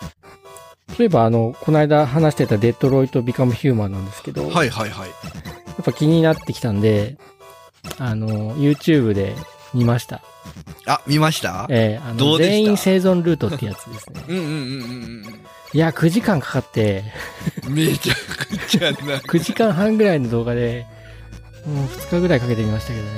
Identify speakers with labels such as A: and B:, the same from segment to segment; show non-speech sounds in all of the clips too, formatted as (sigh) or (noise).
A: そういえば、あの、この間話してたデトロイト・ビカム・ヒューマンなんですけど、
B: はいはいは
A: や
B: い。
A: っぱ気になってきたんで、あの、YouTube で見ました。
B: あ、見ました
A: えーあ
B: ど
A: の
B: うでした。
A: 全員生存ルートってやつですね
B: うんうんうんうん
A: いや、9時間かかって、
B: うん。めちゃくちゃな。
A: (laughs) 9時間半ぐらいの動画で、もう2日ぐらいかけてみましたけどね。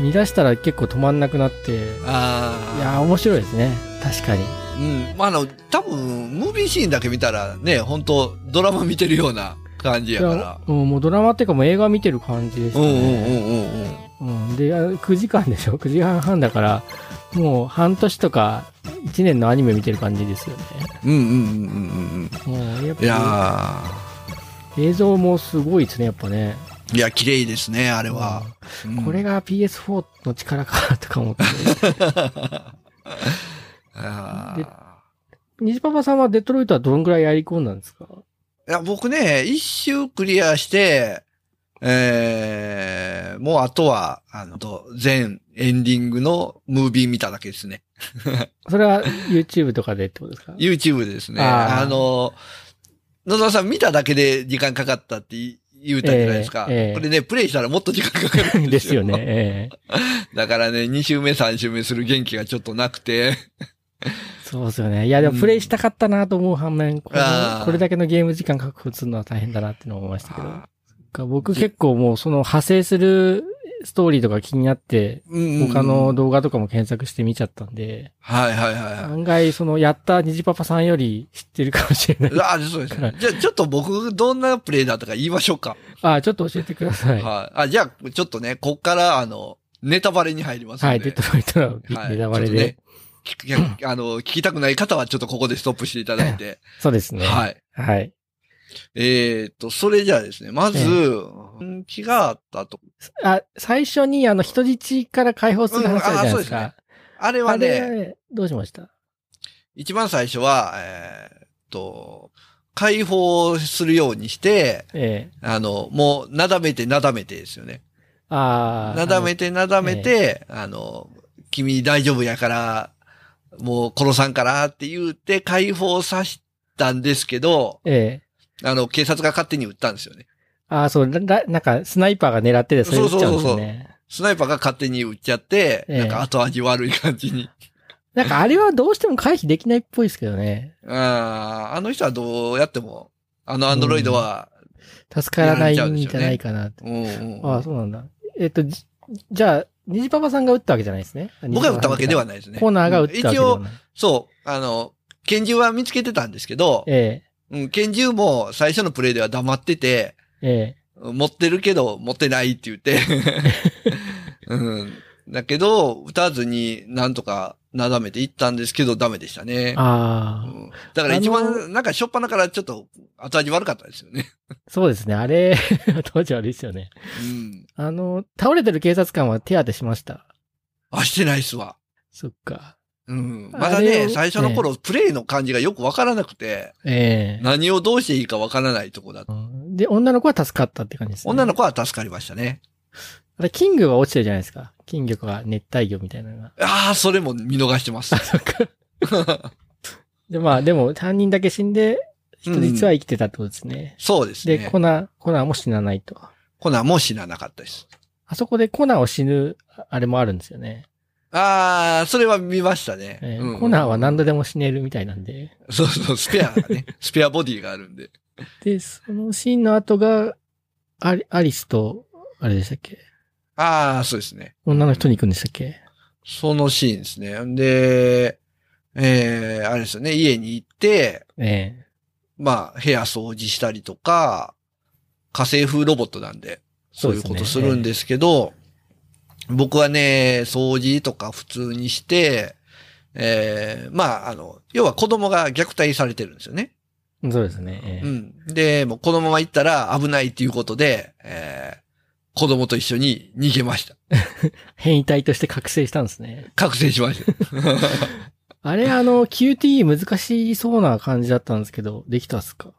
A: 見出したら結構止まんなくなって、い
B: ああ。
A: や、面白いですね。確かに。
B: うん。まあ、あの、多分、ムービーシーンだけ見たらね、本当ドラマ見てるような感じやから。
A: うんもうドラマっていうかもう映画見てる感じでした
B: うんうんう
A: ね。
B: んうんうん。
A: うんで、あ9時間でしょ (laughs) ?9 時間半だから、もう半年とか1年のアニメ見てる感じですよね。
B: うんうんうんうん
A: もうやっ
B: うん。いや
A: ぱ映像もすごいですね、やっぱね。
B: ーいや、綺麗ですね、あれは。
A: これ
B: が、
A: が PS4 の力かとか思って。 (laughs)
B: あ
A: 虹パパさんはデトロイトはどんぐらいやり込んだんですか
B: ーいや、僕ね、一周クリアして、えー、もうあとは、あの、と全エンディングのムービー見ただけですね。
A: それは YouTube とかでってことですか
B: YouTube ですね。
A: あ
B: あ
A: ー
B: の、野沢さん見ただけで時間かかったって言言うたじゃないですか。
A: ええええ
B: これね、プレイしたらもっと時間かかる
A: (laughs)
B: ん
A: で
B: です
A: す
B: よ。
A: よね。。ええ
B: (laughs) だからね、2周目、3周目する元気がちょっとなくて。
A: そうですよね。いや、でもプレイしたかったなと思う反面、この
B: あー
A: これだけのゲーム時間確保するのは大変だなってのを思いましたけど。
B: あ
A: か僕結構もうその派生するストーリーとか気になって、
B: ー
A: 他の
B: (laughs) うん
A: 動画とかも検索して見ちゃったんで、
B: はいはいはいはい。
A: 案外そのやった虹パパさんより知ってるかもし
B: (laughs)
A: れない。
B: ああ、そうですね。じゃあ、ちょっと僕、どんなプレイだったか言いましょうか。
A: あ、ちょっと教えてくださ。
B: はい。
A: はい
B: あ、じゃあ、ちょっとね、こっから、あの、ネタバレに入りますので。
A: い、デトロイトの
B: は
A: ネ
B: い
A: タバレで。。
B: ちょっとね聞くあの、聞きたくない方は、ちょっとここでストップしていただいて。
A: そうです (laughs) ね。
B: はい。
A: はい。
B: えーっと、それじゃあですね、まず、
A: え
B: うん気があったと。
A: あ、最初にあの人質から解放する話あるじゃないです
B: うんあ
A: か。
B: あれ
A: あ
B: は
A: れ
B: ね、
A: どうしました
B: 一番最初は、えーっと、解放するようにして、
A: ええ
B: あの、もう、なだめてなだめてですよね。
A: ああ。
B: なだめてなだめて、あの、君大丈夫やから、もう殺さんからって言うて解放さしたんですけど、
A: ええ
B: あの、警察が勝手に撃ったんですよね。
A: ああ、そう、ららなんか、スナイパーが狙ってて、それ撃っちゃうんですよね。
B: そうそうそうスナイパーが勝手に撃っちゃって、
A: ええ
B: なんか後味悪い感じに。
A: なんか、あれはどうしても回避できないっぽいですけどね。
B: あーあの人はどうやっても、あのアンドロイドは、
A: 助からないんじゃないかなって。
B: うんうん
A: ああ、そうなんだ。えっと、じじゃあ、虹パパさんが撃ったわけじゃないですね。
B: 僕が撃ったわけで
A: は
B: はないですね。
A: コーナーが撃ったわけでは
B: 一応、
A: ない。
B: そう、あの、拳銃は見つけてたんですけど、
A: え
B: うん、拳銃も最初のプレイでは黙ってて、
A: え、え
B: 持ってるけど、持ってないって言
A: (laughs)
B: って。うん。だけど、打たずになんとかなだめていったんですけど、ダメでしたね
A: え。。
B: う
A: ああ、
B: んだから一
A: あの
B: 番、なんか初っ端からちょっと後味悪かったですよね。
A: そうですね。あれ、 (laughs) 当時悪いですよね。
B: うん。
A: あの、倒れてる警察官は手当てしました。
B: あ、してないっすわ。
A: そっか。
B: うん。
A: あれを
B: まだね、最初の頃、プレイの感じがよくわからなくて、
A: ええ
B: 何をどうしていいかわからないとこだった。
A: うんで、女の子は助かったって感じですね。
B: 女の
A: 子
B: 子は助かりましたね。
A: あれ、金魚が落ちてるじゃないですか。金魚が熱帯魚みたいなのが。
B: (laughs) ああ、それも見逃してます
A: あ、。そっか。で、まあ、でも、3人だけ死んで、 (laughs) 人質は生きてたってことですね。
B: そうです
A: で、
B: ね。
A: コナ、コナも死なないと。
B: コナンも死ななかったです。
A: あそこでコナを死ぬ、ああれもあるんですよね。
B: ああ、それは見ましたね。
A: えー
B: うん
A: コナは何度でも死ねるみたいなんで。
B: そうそう、スペア
A: (laughs)
B: がね、スペアボディがあるんで。
A: で、そのシーンの後が、アリアリスと、あれでしたっけ
B: ああ、そうですね。
A: 女の人に行くんでしたっけ
B: そのシーンですね。んで、えー、あれですよね、家に行って、
A: え
B: まあ、部屋掃除したりとか、火星風ロボットなんで、そういうことす
A: そうですね
B: るんですけど、僕はね、掃除とか普通にして、えー、まあ、あの、要は子供が虐待されてるんですよね。
A: えそうですね。ええ
B: うん。で、もうこのまま行ったら危ないっていうことで、えー、子供と一緒に逃げました。
A: 変異体として覚醒したんですね。
B: 覚醒しま
A: (laughs)
B: した。
A: あれ、あの、QTE 難しそうな感じだったんですけど、できたっすか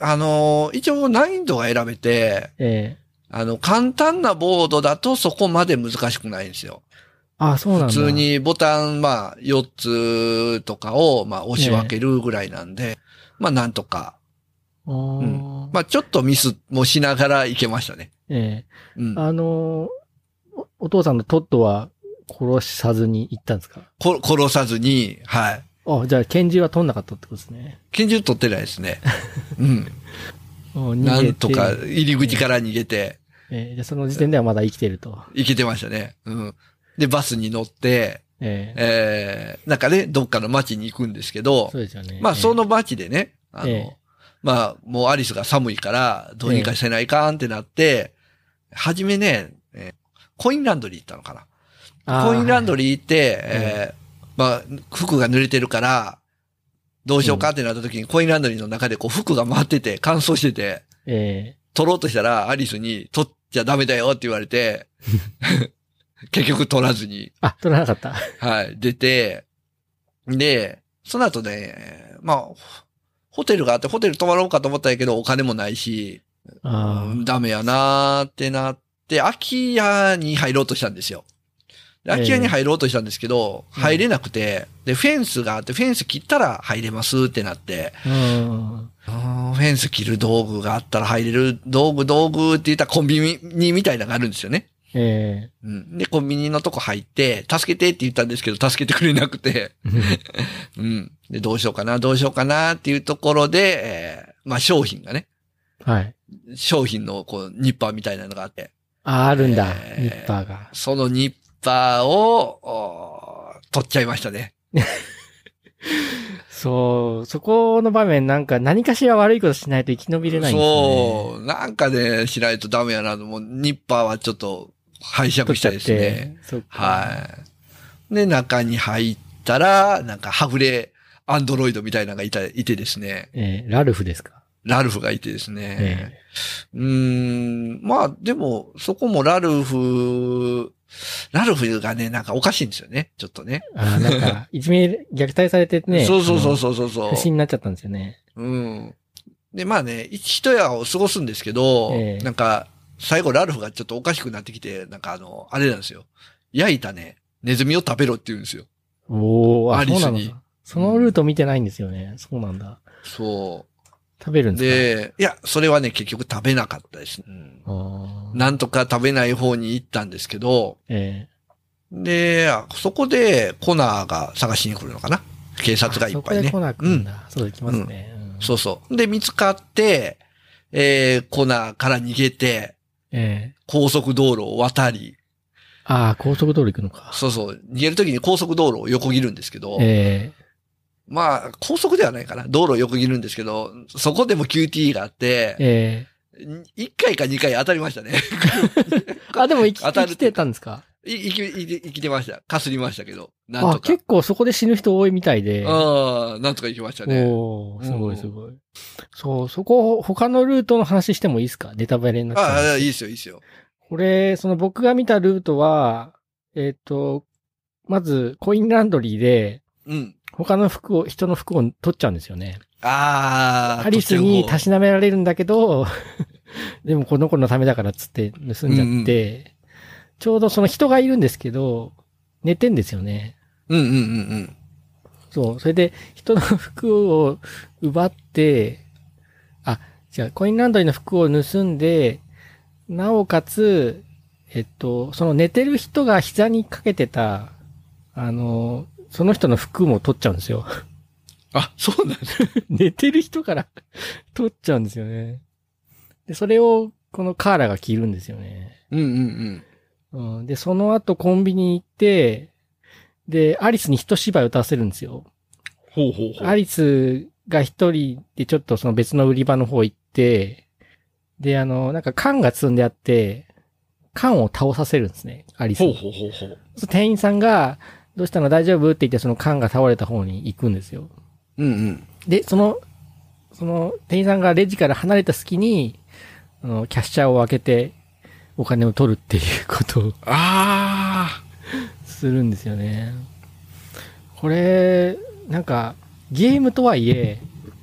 B: あのー一応難易度が選べて、
A: ええ
B: あの、簡単なボードだとそこまで難しくないんですよ。
A: あ、そうなんだ。
B: 普通。にボタン、まあ、4つとかを、まあ、押し分けるぐらいなんで、まあ、なんとか、
A: あー
B: うんまあ、ちょっとミスもしながらいけましたね。
A: え
B: うん
A: え。あのーお、お父さんのトットは殺さずに行ったんですか
B: こ殺さずに、はい。
A: あ、じゃあ拳銃は取んなかったってことですね。
B: 拳銃取ってないで
A: (laughs)
B: すね。うん。
A: お逃げて
B: なんとか、入り口から逃げて、
A: ええでその時点ではまだ生きてると。
B: 行けてましたね。うん。で、バスに乗って、
A: ええ
B: えー、なんかね、どっかの街に行くんですけど
A: そ、うですよね。
B: まあ、そ
A: の、
B: の街でね、あの、
A: ええ
B: まあ、もうアリスが寒いから、どうにかせないかんってなって、はじめね、えーコインランドリー行ったのかな。
A: あー
B: コインランドリー行って、
A: はい
B: えーまあ、服が濡れてるから、どうしようかってなった時に、コインランドリーの中でこう服が回ってて、乾燥してて、
A: え
B: 取ろうとしたら、アリスに取っちゃダメだよって言わ
A: (laughs)
B: れて、結局取らずに、
A: えあ、取らなかった。
B: はい、出て、で、その後ね、まあ、ホホテルがあって、ホテル泊まろうかと思ったんやけど、お金もないし、
A: あ
B: ダメやなーってなって、空き家に入ろうとしたんですよ。で空き家に入ろうとしたんですけど、
A: ええ
B: 入れなくて、で、フェンスがあって、フェンス切ったら入れますってなって、
A: あ。うん。
B: うーんフェンス切る道具があったら入れる、道具、道具って言ったらコンビニみたいなのがあるんですよね。
A: え
B: うん。で、コンビニのとこ入って、助けてって言ったんですけど、助けてくれなくて、
A: え
B: うん。で、どうしようかな、どうしようかなっていうところで、えーまあ商品がね、
A: (laughs) はい。
B: 商品のこう、ニッパーみたいなのがあって、
A: あ、あるんだ。
B: ええ
A: ニッパーが。
B: そのニッパーを、おー取っちゃいましたね。
A: そう、そこの場面なんか何かしら悪いことしないと生き延びれないんですよね。
B: そう、なんかね、しないとダメやな。もう、ニッパーはちょっと拝借したいですね。。
A: そっか。
B: はい。で、中に入ったら、なんか、はぐれ、アンドロイドみたいなのがいた、いてですね、
A: ええラルフですか。
B: ラルフがいてですね。
A: え
B: うーん、まあ、でも、そこもラルフ、ラルフがね、なんかおかしいんですよね。ちょっとね。
A: えあーなんか、いじめ、虐待されてね。
B: (laughs) そうそうそう
A: う。
B: そうそうそう。
A: 不審になっちゃったんですよね。
B: うん。で、まあね、一夜を過ごすんですけど、
A: ええ
B: なんか、最後ラルフがちょっとおかしくなってきて、なんかあの、あれなんですよ。焼いたね、ネズミを食べろって言うんですよ。
A: おおあ、
B: アリ
A: そう
B: ス
A: な
B: に
A: のか。そのルート見てないんですよね。そうなんだ。
B: そ
A: 食べる
B: う。
A: んです
B: で、いや、それはね、結局食べなかったです。うん
A: かあー
B: なんとか食べない方に行ったんですけど、
A: え
B: で、あそこでコナーが探しに来るのかな警
A: え
B: 察がいっぱい
A: あそこで来。
B: ね
A: なくんだ。そうできますね。うん
B: そうそう。で、見つかって、えー、コナーから逃げて、
A: ええ
B: 高速道路を渡り、
A: ああ、高速道路行くのか。
B: そうそう。逃げるときに高速道路を横切るんですけど、
A: え
B: まあ、高速ではないかな。道路を横切るんですけど、そこでも QT があっ
A: え
B: て、
A: え
B: 1回か2回当たりましたね。 (laughs)
A: えあ、でも生き
B: 当た
A: 生
B: る
A: きてたんですか
B: い生き、生き生きてました。かすりましたけど。なん
A: あ、
B: とか。
A: 結構そこで死ぬ人多いみたいで。
B: ああ、なんとか行きましたね。
A: おーすごいすごい。そう、そこ、他のルートの話してもいいですかネタバレになっちゃう
B: あ
A: んで
B: あ、いいですよ、いいですよ。
A: これ、その僕が見たルートは、えっ、と、まず、コインランドリーで、
B: うん。
A: 他の服を、人の服を取っちゃうんですよね。
B: ああ、
A: ハリスにた
B: 途中
A: しなめられるんだけど、 (laughs) でもこの子のためだからっつって盗んじゃって、ちょうどその人がいるんですけど、寝てんですよね。
B: の方うんうんうん
A: そう。それで、人の服を奪って、あ、じゃあ、コインランドリーの服を盗んで、なおかつ、えっと、その寝てる人が膝にかけてた、あの、その人の服も取っちゃうんですよ。
B: うん。あ、そうなんです
A: 寝てる人から (laughs) 取っちゃうんですよね。で、それを、このカーラが着るんですよね。
B: うんうんうん。
A: うん、で、その後コンビニ行って、で、アリスに一芝居歌わせるんですよ。
B: ほうほうほう。
A: アリスが一人でちょっとその別の売り場の方行って、で、あの、なんか缶が積んであって、缶を倒させるんですね、アリスに。
B: ほうほうほうほう。
A: そう店員さんが、どうしたの大丈夫って言ってその缶が倒れた方に行くんですよ。
B: うんうん。
A: で、その、その店員さんがレジから離れた隙に、あの、キャッシャーを開けて、お金を取るっていうことを
B: ああ、
A: するんですよね。これ、なんか、ゲームとはいえ、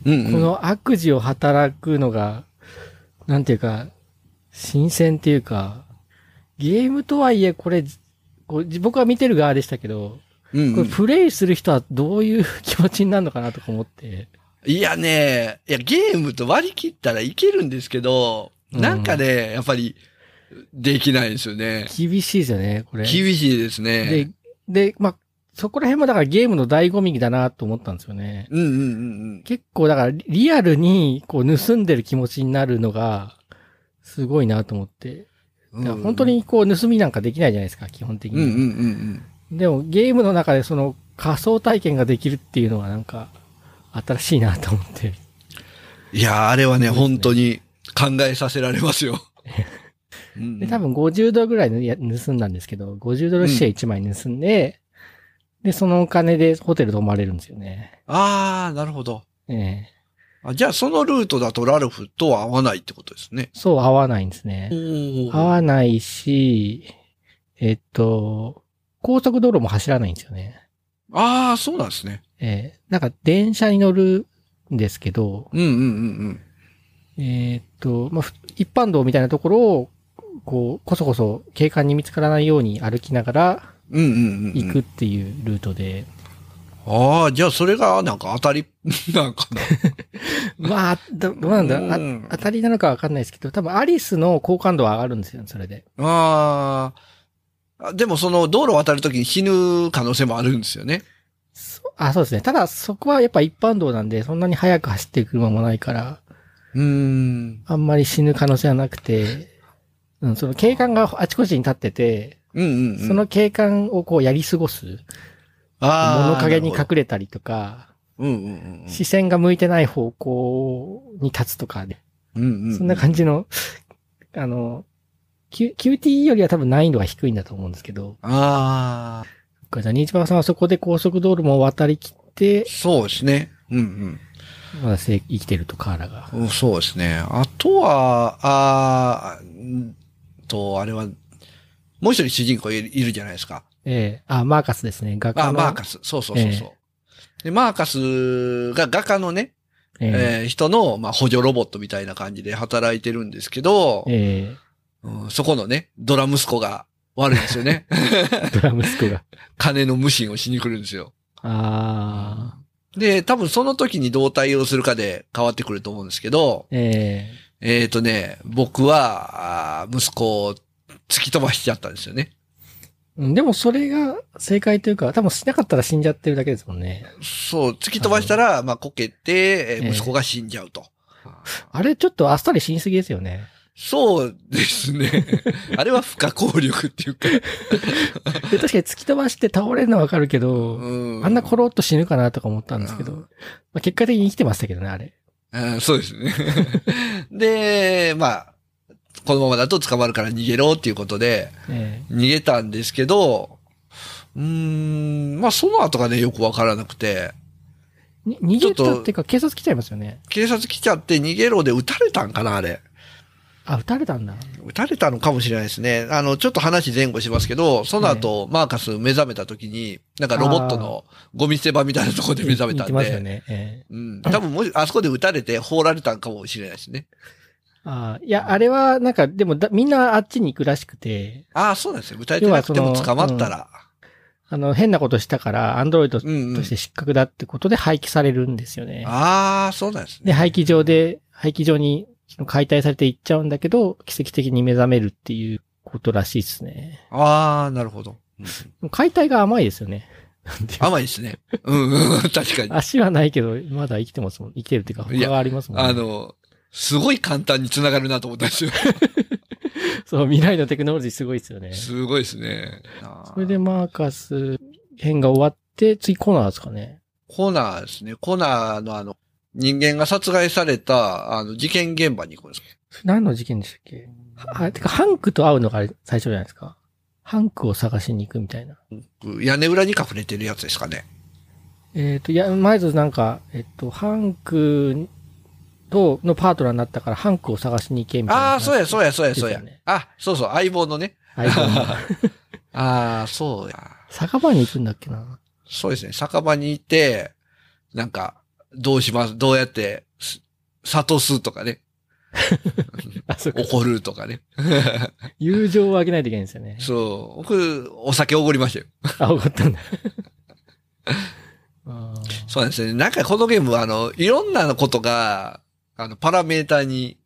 B: うんうん。
A: この悪事を働くのが、なんていうか、新鮮っていうか、ゲームとはいえこれ、こうじ僕は見てる側でしたけど、
B: うん
A: こ
B: う
A: れ
B: ん。
A: プレイする人はどういう気持ちになるのかなとか思って。
B: いやね、いや、ゲームと割り切ったらいけるんですけど、
A: うん
B: なんかね、やっぱり、できないですよね。
A: 厳しいですよね、これ。
B: 厳しいですね。
A: で、で、まあ、そこら辺もだからゲームの醍醐味だなと思ったんですよね。
B: うんうんうん
A: 結構だからリリアルにこう盗んでる気持ちになるのがすごいなと思って。
B: うん
A: だ
B: う
A: から
B: ん。
A: 本当にこう盗みなんかできないじゃないですか、基本的
B: うんうん
A: に。
B: うん
A: でもゲームの中でその仮想体験ができるっていうのはなんか新しいなと思って。
B: うん。いや、あれはね、
A: そうですね
B: 本当に考えさせられますよ。うんう
A: (laughs) で、
B: ん
A: 多分50ドルぐらいのや盗んだんですけど、50ドルシェア1枚盗んで、で、そのお金でホテル泊まれるんですよね。
B: ああ、なるほど。
A: ええ
B: あじゃあ、そのルートだとラルフとは合わないってことですね。
A: そう合わないんですね。合
B: あ
A: わないし、えっと、高速道路も走らないんですよね。
B: あー、そうなんですね。
A: ええなんか電車に乗るんですけど、
B: うんうんうん
A: えっと、まあ、ふ一般道みたいなところを、こう、こそこそ警官に見つからないように歩きながら
B: うん。うんうんうんうん。
A: 行くっていうルートで、
B: ああ、じゃあそれがなんか当たり、 (laughs) なんかな。
A: まあ、どどうなんだ、あ
B: うん
A: 当たりなのかわかんないですけど、多分アリスの好感度は上がるんですよね、それで。
B: あーあ。でもその道路を渡るときに死ぬ可能性もあるんですよね。
A: そあ、そうですね。ただ、そこはやっぱ一般道なんで、そんなに速く走ってる車もないから、
B: うーん。
A: あんまり死ぬ可能性はなくて、うん、その警官があちこちに立ってて、
B: うんうん、うん。
A: その警官をこうやり過ごす。
B: あー
A: 物陰に隠
B: なる
A: れたりとか、
B: ほどうんうんうん
A: 視線が向いてない方向に立つとかで、
B: うんうん。
A: そんな感じの、あの、Q- QTE よりは多分難易度が低いんだと思うんですけど、
B: ああ。
A: そっかじゃあ、ニーチパさんはそこで高速道路も渡りきって、
B: そうですね。うん
A: まだ生生きてると、カーラが。
B: うんうん。そうですね。あとは、ああ、んと、あれは、もう一人主人公いるいるじゃないですか。
A: ええあ、マーカスですね。画家の。
B: あ、マーカス。そうそうそうそう。で、マーカスが画家のね、
A: え
B: えー人の、まあ、補助ロボットみたいな感じで働いてるんですけど
A: え、え
B: うんそこのね、ドラ息子が悪いんですよ
A: (laughs)
B: ね。
A: えドラムスクが。
B: 金の無心をしに来るんですよ。
A: ああ。
B: で、多分その時にどう対応するかで変わってくると思うんですけど、
A: ええ
B: えっ、とね、僕は、あー息子を突き飛ばしちゃったんですよね。
A: うんでもそれが正解というか、多分しなかったら死んじゃってるだけですもんね。
B: そう、突き飛ばしたら、まあ、こけて、えー
A: ええ
B: 息子が死んじゃうと。
A: あれちょっとあっさり死にすぎですよね。
B: そうです
A: (laughs)
B: ね。あれは不可抗力っていうか。
A: で確かに突き飛ばして倒れるのはわかるけど、
B: う
A: あんなコロッと死ぬかなとか思ったんですけど、
B: うん
A: まあ、結果的に生きてましたけどね、あれ。
B: うんそうですね。 (laughs) で、まあ、このままだと捕まるから逃げろっていうことで、
A: え
B: 逃げたんですけど、うーん、まあその後がね、よくわからなくて、
A: えに逃げ
B: ちょったと
A: っていうか警察来ちゃいますよね。
B: 警察来ちゃって逃げろで撃たれたんかな、あれ。
A: あ、撃たれたんだ。
B: 撃たれたのかもしれないですね。あの、ちょっと話前後しますけど、その後、マーカス目覚めた時に、なんかロボットのゴミ捨て場みたいなところで目覚めた
A: 言っ
B: ん
A: て
B: で、
A: ますよね。ええ
B: うん、多分もし、あそこで撃たれて放られたんかもしれないですね。
A: ああいや、あれはなんか、でもだみんなあっちに行くらしくて、
B: ああ、そうなんですよ。撃たれてなくても捕まったら、
A: あの、変なことしたから、アンドロイドと
B: うんうん
A: して失格だってことで廃棄されるんですよね。
B: ああ、そうなんですね。
A: で、廃棄場で、廃棄場にその解体されていっちゃうんだけど、奇跡的に目覚めるっていうことらしいですね。
B: ああ、なるほど。うん
A: 解体が甘いですよね。なんていう
B: 甘いですね。うん、うん (laughs) 確かに。
A: 足はないけど、まだ生きてますもん。生きてるっていうか、
B: いや
A: 他がありますもん、ね。
B: あの、すごい簡単に繋がるなと思ったんですよ。
A: そう、未来のテクノロジーすごいですよね。
B: すごいですね。
A: それで、マーカス編が終わって、次コーナーですかね。
B: コナーですね。コナーのあの、人間が殺害された、あの、事件現場に行くんです。
A: それ何の事件でしたっけはあ、てか、ハンクと会うのがあれ最初じゃないですか。ハンクを探しに行くみたいな。
B: 屋根裏に隠れてるやつですかね。
A: えっ、と、いや、前となんか、えっと、ハンクとのパートナーになったから、ハンクを探しに行けみたいな。
B: ああ、そうや、そう
A: や。
B: や、そうや、そう
A: で
B: や
A: すよね。
B: あ、そうそう、相棒のね。
A: 相棒の
B: ああ、そうや。
A: 酒場に行くんだっけ
B: (laughs)
A: な。
B: そうですね。酒場にいて、なんか、どうします、どうやってす、諭すとかね。
A: あ、そうか。
B: 怒るとかね。
A: 友情をあげないといけないんですよね。
B: そう。僕、お酒おごりましたよ。
A: あ、怒ったん
B: (laughs)
A: だ。あー
B: そうなんですね。なんかこのゲームは、あの、いろんなことが、あの、パラメーターに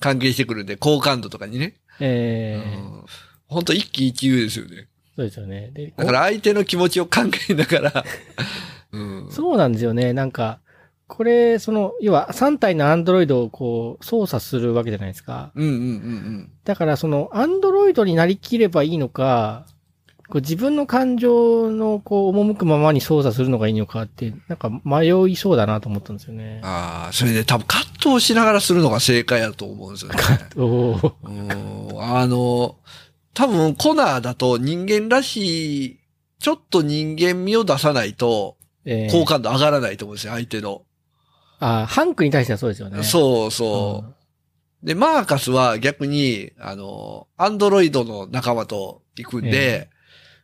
B: 関係してくるんで、好感度とかにね。
A: ええ
B: うんほんと一喜一憂ですよね。
A: そうですよね。で
B: だから相手の気持ちを考えなが
A: (laughs)
B: ら、うん。
A: そうなんですよね。なんか、これ、その、要は3体のアンドロイドをこう操作するわけじゃないですか。
B: うんうんうん
A: だからその、アンドロイドになりきればいいのか、こう自分の感情のこう赴くままに操作するのがいいのかって、なんか迷いそうだなと思ったんですよね
B: うん。。ああ、それで多分カットをしながらするのが正解だと思うんですよね。
A: おー
B: うんあの、多分コナーだと人間らしい、ちょっと人間味を出さないと、
A: えー
B: 好感度上がらないと思うんですよ、相手の。
A: あ、ハンクに対してはそうですよね。
B: そう
A: う
B: そ
A: ん
B: う。で、マーカスは逆に、あの、アンドロイドの仲間と行くんで、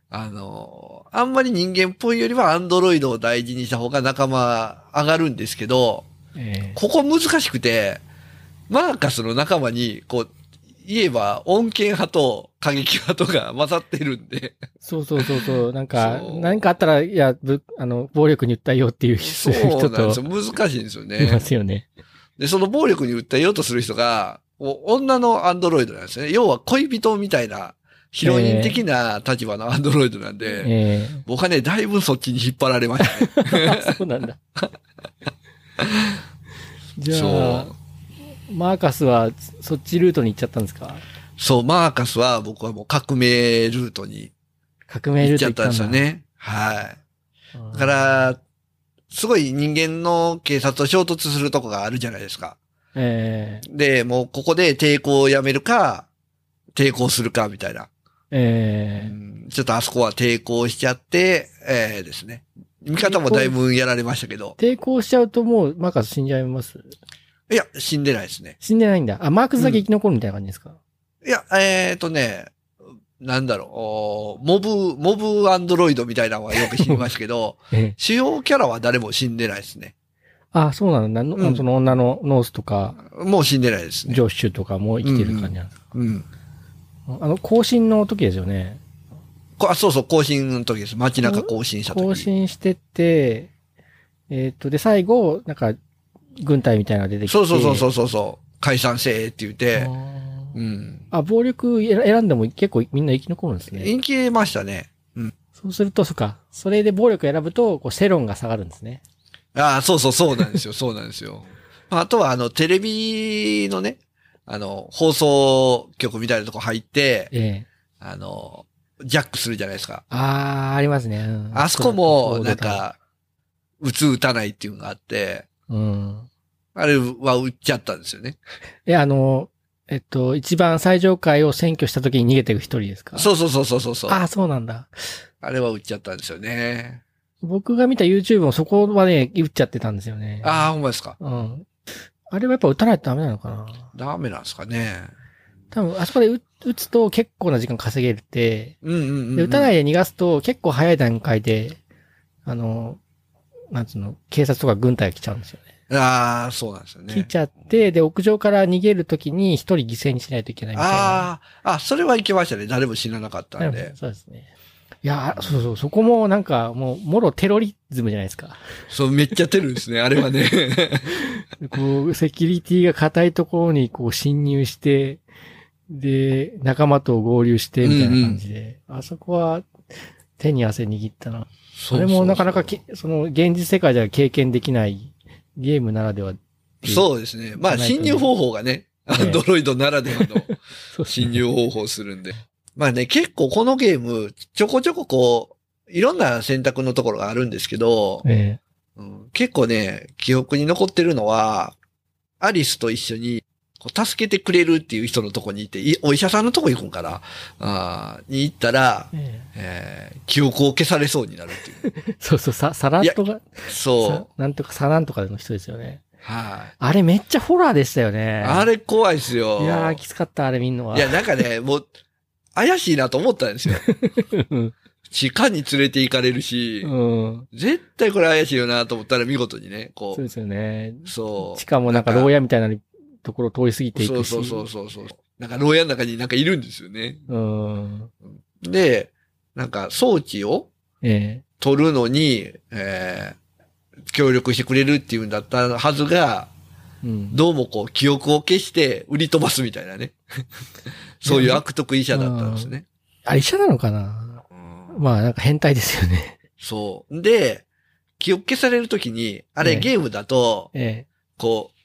B: あの、あんまり人間っぽいよりはアンドロイドを大事にした方が仲間上がるんですけど、
A: えー
B: ここ難しくて、マーカスの仲間に、こう、言えば、穏健派と過激派とか混ざってるんで、
A: そうそうそうそう。なんか
B: そ、う
A: 何かあったら、いや、ぶあの、暴力に訴えようっていう
B: そ
A: 人
B: うなん
A: と
B: ですよ。難しいんですよ
A: いま
B: ね。
A: すよね。
B: で、その暴力に訴えようとする人が、お女のアンドロイドなんですね。要は恋人みたいな、ヒロイン的な立場のアンドロイドなんで、
A: え
B: 僕はね、だいぶそっちに引っ張られました
A: (laughs)
B: ね。
A: えあそうなん
B: (laughs)
A: だ。じゃあ
B: そう、。
A: マーカスはそっちルートに行っちゃったんですか
B: そう、マーカスは僕はもう革命ルートに
A: 革命
B: 行
A: ルート
B: っちゃ
A: 行っ
B: っ
A: たた
B: ん
A: ん
B: で
A: だ
B: すよ。ね。はい。
A: うん
B: だか、ら、すごい人間の警察と衝突するとこがあるじゃないですか。
A: ええ
B: で、もうここで抵抗をやめるか、抵抗するかみたいな。う
A: ええ
B: んちょっとあそこは抵抗しちゃって、えーですね。味方もだいぶやられましたけど。
A: 抵抗しちゃうともうマーカス死んじゃいます
B: いや、死んでないですね。
A: 死んでないんだ。あ、マークスだけ生き残るみたいな感じですか、
B: いや、えっ、とね、なんだろうおー、モブ、モブアンドロイドみたいなのはよく死にましたけど、
A: ええ
B: 主要キャラは誰も死んでないですね。
A: あ、そうなんだ。の
B: うん
A: その女のノースとか、
B: もう死んでないですね。
A: ジョッシュとかも生きてる感じなんですか、
B: うん。
A: あの、更新の時ですよね。
B: こあそうそう、更新の時です。街中更新した時。
A: 更新してって、えーっと、で、最後、なんか、軍隊みたいなのが出てきて。。
B: そうそうそうそううそうそう。解散せーって言って、うん。
A: あ、暴力えら選んでも結構みんな生き残るんですね。
B: 延期得ましたね。うん。
A: そうすると、そっか。それで暴力選ぶと、こう、世論が下がるんですね。
B: ああ、そうそう、そうなんですよ、そうなんですよ。まああとは、あの、テレビのね、あの、放送局みたいなとこ入って、
A: ええ
B: あの、ジャックするじゃないですか。
A: あー、ありますね。うん
B: あそこも、
A: う
B: なん、か、打つ打たないっていうのがあって、
A: うん。
B: あれは打っちゃったんですよね。
A: え、あの、えっと、一番最上階を占拠した時に逃げていく一人ですか
B: そうそうそうそうそうそう。
A: あー、そうなんだ。
B: あれは打っちゃったんですよね。
A: 僕が見た YouTube もそこはね、打っちゃってたんですよね。
B: ああ、ほんまですか。
A: うん。あれはやっぱ打たないとダメなのかな
B: ダメなんですかね。
A: 多分、あそこで打打つと結構な時間稼げるって、
B: うんうんうん、うん。。
A: で打たないいで逃がすと結構早い段階で、あの、なんつうの、警察とか軍隊が来ちゃうんですよね。
B: ああ、そうなんですよね。
A: 来ちゃって、で、屋上から逃げるときに一人犠牲にしないといけないみたいな。あ
B: ああ、あ、それはいけましたね。誰も死ななかったんで。
A: そうですね。いやー、そうそう、そこもなんかもう、もろテロリズムじゃないですか。
B: そう、めっちゃテるんです
A: (laughs)
B: ね、あれはね。
A: こう、セキュリティが硬いところにこう侵入して、で、仲間と合流して、みたいな感じで、あそこは手に汗握ったな。そ
B: そ
A: れもなかなかき、その現実世界では経験できないゲームならでは。
B: そうですね。まあ、侵入方法がね、アンドロイドならでは
A: (laughs)
B: の
A: そうですね
B: 侵入方法するんで。まあね、結構このゲーム、ちょこちょここう、いろんな選択のところがあるんですけど、
A: え
B: うん結構ね、記憶に残ってるのは、アリスと一緒に、こう助けてくれるっていう人のとこにいて、いお医者さんのとこ行くんかなあーに行ったら
A: え、え
B: えー記憶を消されそうになるっていう。
A: えそうそう、さ、さらっとが、さ
B: そう。
A: なんとか、さなんとかの人ですよね。
B: はい、
A: あれめっちゃホラーでしたよね。
B: あれ怖いですよ。
A: いやー、きつかった、あれ見んのは。
B: いや、なんかね、もう、怪しいなと思ったんですよ。
A: (laughs) うん
B: 地下に連れて行かれるし、
A: うん。
B: 絶対これ怪しいよなと思ったら見事にね、こ
A: そうですよね。
B: う、そう。
A: しかもなんか牢屋みたいなのにところを通り過ぎてい
B: そ
A: く
B: う
A: し。
B: そうそうそうそう。なんか、牢屋の中になんかいるんですよね。
A: う。うん。
B: で、なんか、装置を
A: え
B: 取るのに、えー、協力してくれるっていうんだったはずが、
A: えうん。
B: どうもこう、記憶を消して売り飛ばすみたいなね。そういう悪徳医者だったんですね。
A: あ、医者なのかな
B: うん
A: まあ、なんか変態ですよね。 (laughs)
B: そう。で、記憶消されるときに、あ
A: え
B: れ
A: え
B: ゲームだと、
A: え
B: こう、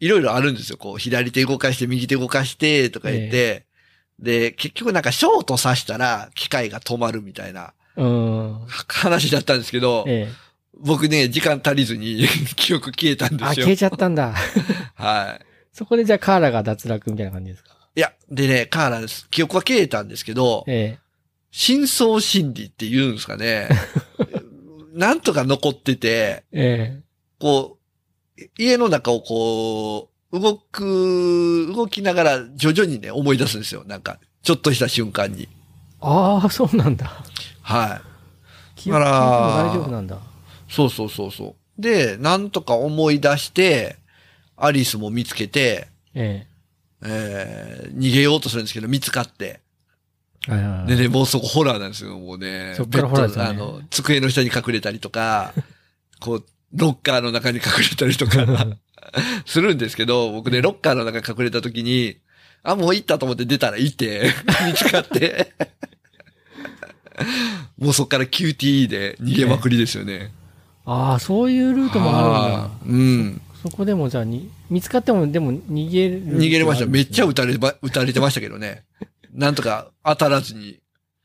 B: いろいろあるんですよ。こう、左手動かして、右手動かして、とか言って、で、結局なんかショートさしたら、機械が止まるみたいな
A: え。うん。
B: 話だったんですけど、
A: ええ。
B: 僕ね、時間足りずに (laughs) 記憶消えたんで
A: あ、
B: すよ
A: 消え。ちゃったんだ。 (laughs)
B: は
A: そこでじゃあカーラが脱落みたいな感じですか。
B: い。いや、でね、カーラです。記憶は消えたんですけど、
A: え
B: 真相心理って言うんです
A: (laughs)
B: かね。なんとか残ってて、
A: え。え
B: こう、家の中をこう、動く、動きながら徐々にね、思い出すんですよ。なんか、ちょっとした瞬間に。
A: え。ああ、そうなんだ。
B: は
A: 記憶消えても大丈夫なんだ。
B: い。そうそうそうそう。で、なんとか思い出して、アリスも見つけて、
A: え
B: えー、逃げようとするんですけど、見つかって。
A: え。はいはいはい
B: でね、もうそこホラーなんですよ、もうね。
A: そっからホラーですよね
B: ベッドあの、机の下に隠れたりとか、こう、ロッカーの中に隠れたり
A: (laughs)
B: とか、するんですけど、僕ね、ロッカーの中に隠れた時に、あ、もう行ったと思って出たらい
A: (laughs)
B: て、見つかって。もうそっから QTE で逃げまくりですよね。
A: ああ、そういうルートもあ
B: はーうん。
A: るんだ。そこでもじゃあに、見つかってもでも逃げる、
B: 逃げれました。めっちゃ
A: 撃
B: 撃たれば、撃たれてましたけどね。なんとか当たらずに。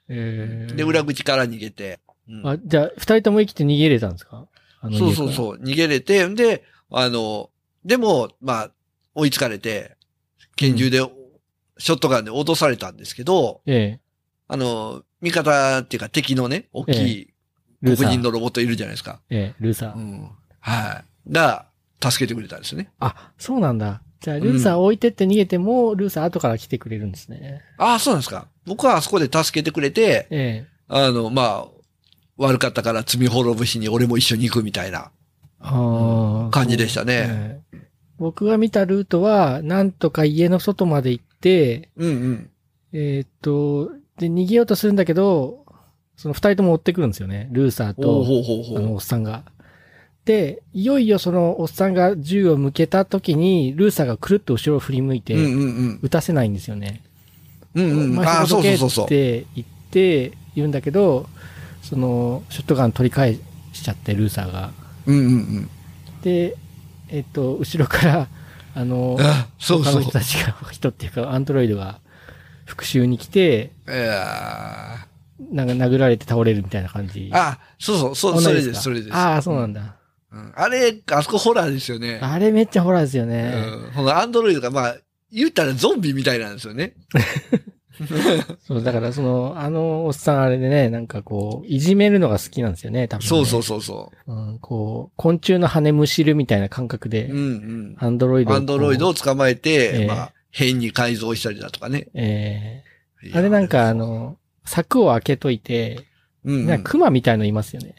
A: ええ。
B: で、裏口から逃げて。うん
A: あ、じゃあ、二人とも生きて逃げれたんですかあ
B: そうそう
A: う。
B: そう、逃げれて、んで、あの、でも、まあ、追いつかれて、拳銃で、ショットガンで脅されたんですけど、
A: ええ。
B: あの、味方っていうか敵のね、大き
A: ル
B: い
A: ーサ
B: 黒人
A: ー。
B: のロボットいるじゃないですか。
A: ええ、ルーサー
B: う。ん。はい。が、助けてくれたんですよね。
A: あ、そうなんだ。じゃあ、ルーサー置いてって逃げても、ルーサー後から来てくれるんですね。
B: ああ、そうなんですか。僕はあそこで助けてくれて、
A: ええ。
B: あの、まあ、悪かったから罪滅ぼしに俺も一緒に行くみたいな。
A: ああ。
B: 感じでした
A: え
B: ね
A: え。僕が見たルートは、なんとか家の外まで行って、
B: うんうん。
A: えーっと、で、逃げようとするんだけど、その二人とも追ってくるんですよね。ルーサー
B: ほう
A: と、
B: ほうほうほ
A: あの、お
B: う。
A: っさんが。で、いよいよそのおっさんが銃を向けた時に、ルーサーがくるっと後ろを振り向いて、
B: うんうんうん。
A: 撃たせないんですよね。
B: うんうん。ああ、そうそうそうそう
A: っ。て言って、言うんだけど、その、ショットガン取り返しちゃって、ルーサーが。
B: うんうんうん。
A: で、えっと、後ろから、あの、
B: あ、そう
A: 他
B: そ
A: の
B: う
A: 人。たちが、人っていうか、アンドロイドが復讐に来て、
B: いや
A: なんか殴られて倒れるみたいな感じ
B: ー。あ、そうそう、そう、
A: 同
B: そ
A: じ
B: れ
A: か
B: です、それです。
A: ああ、そうなんだ。
B: うんあれ、あそこホラーですよね。
A: あれめっちゃホラーですよ
B: う
A: ね。
B: ん。このアンドロイドが、まあ、言ったらゾンビみたいなんですよ
A: (laughs)
B: ね。
A: そう、だからその、あのおっさんあれでね、なんかこう、いじめるのが好きなんですよね、多分、ね。
B: そうそうそうそ
A: うん、こう、昆虫の羽むしるみたいな感覚
B: う。
A: で
B: う、ん
A: アンドロイ
B: うん。
A: ドを
B: ア
A: こう
B: ンドロイドを捕まえ
A: え
B: て、
A: え
B: まあ、変に改造したりだとかね。
A: ええあれなんかあの、柵を開けといて、
B: いや、うんう
A: なん
B: ん。
A: か熊みたいのいますよね。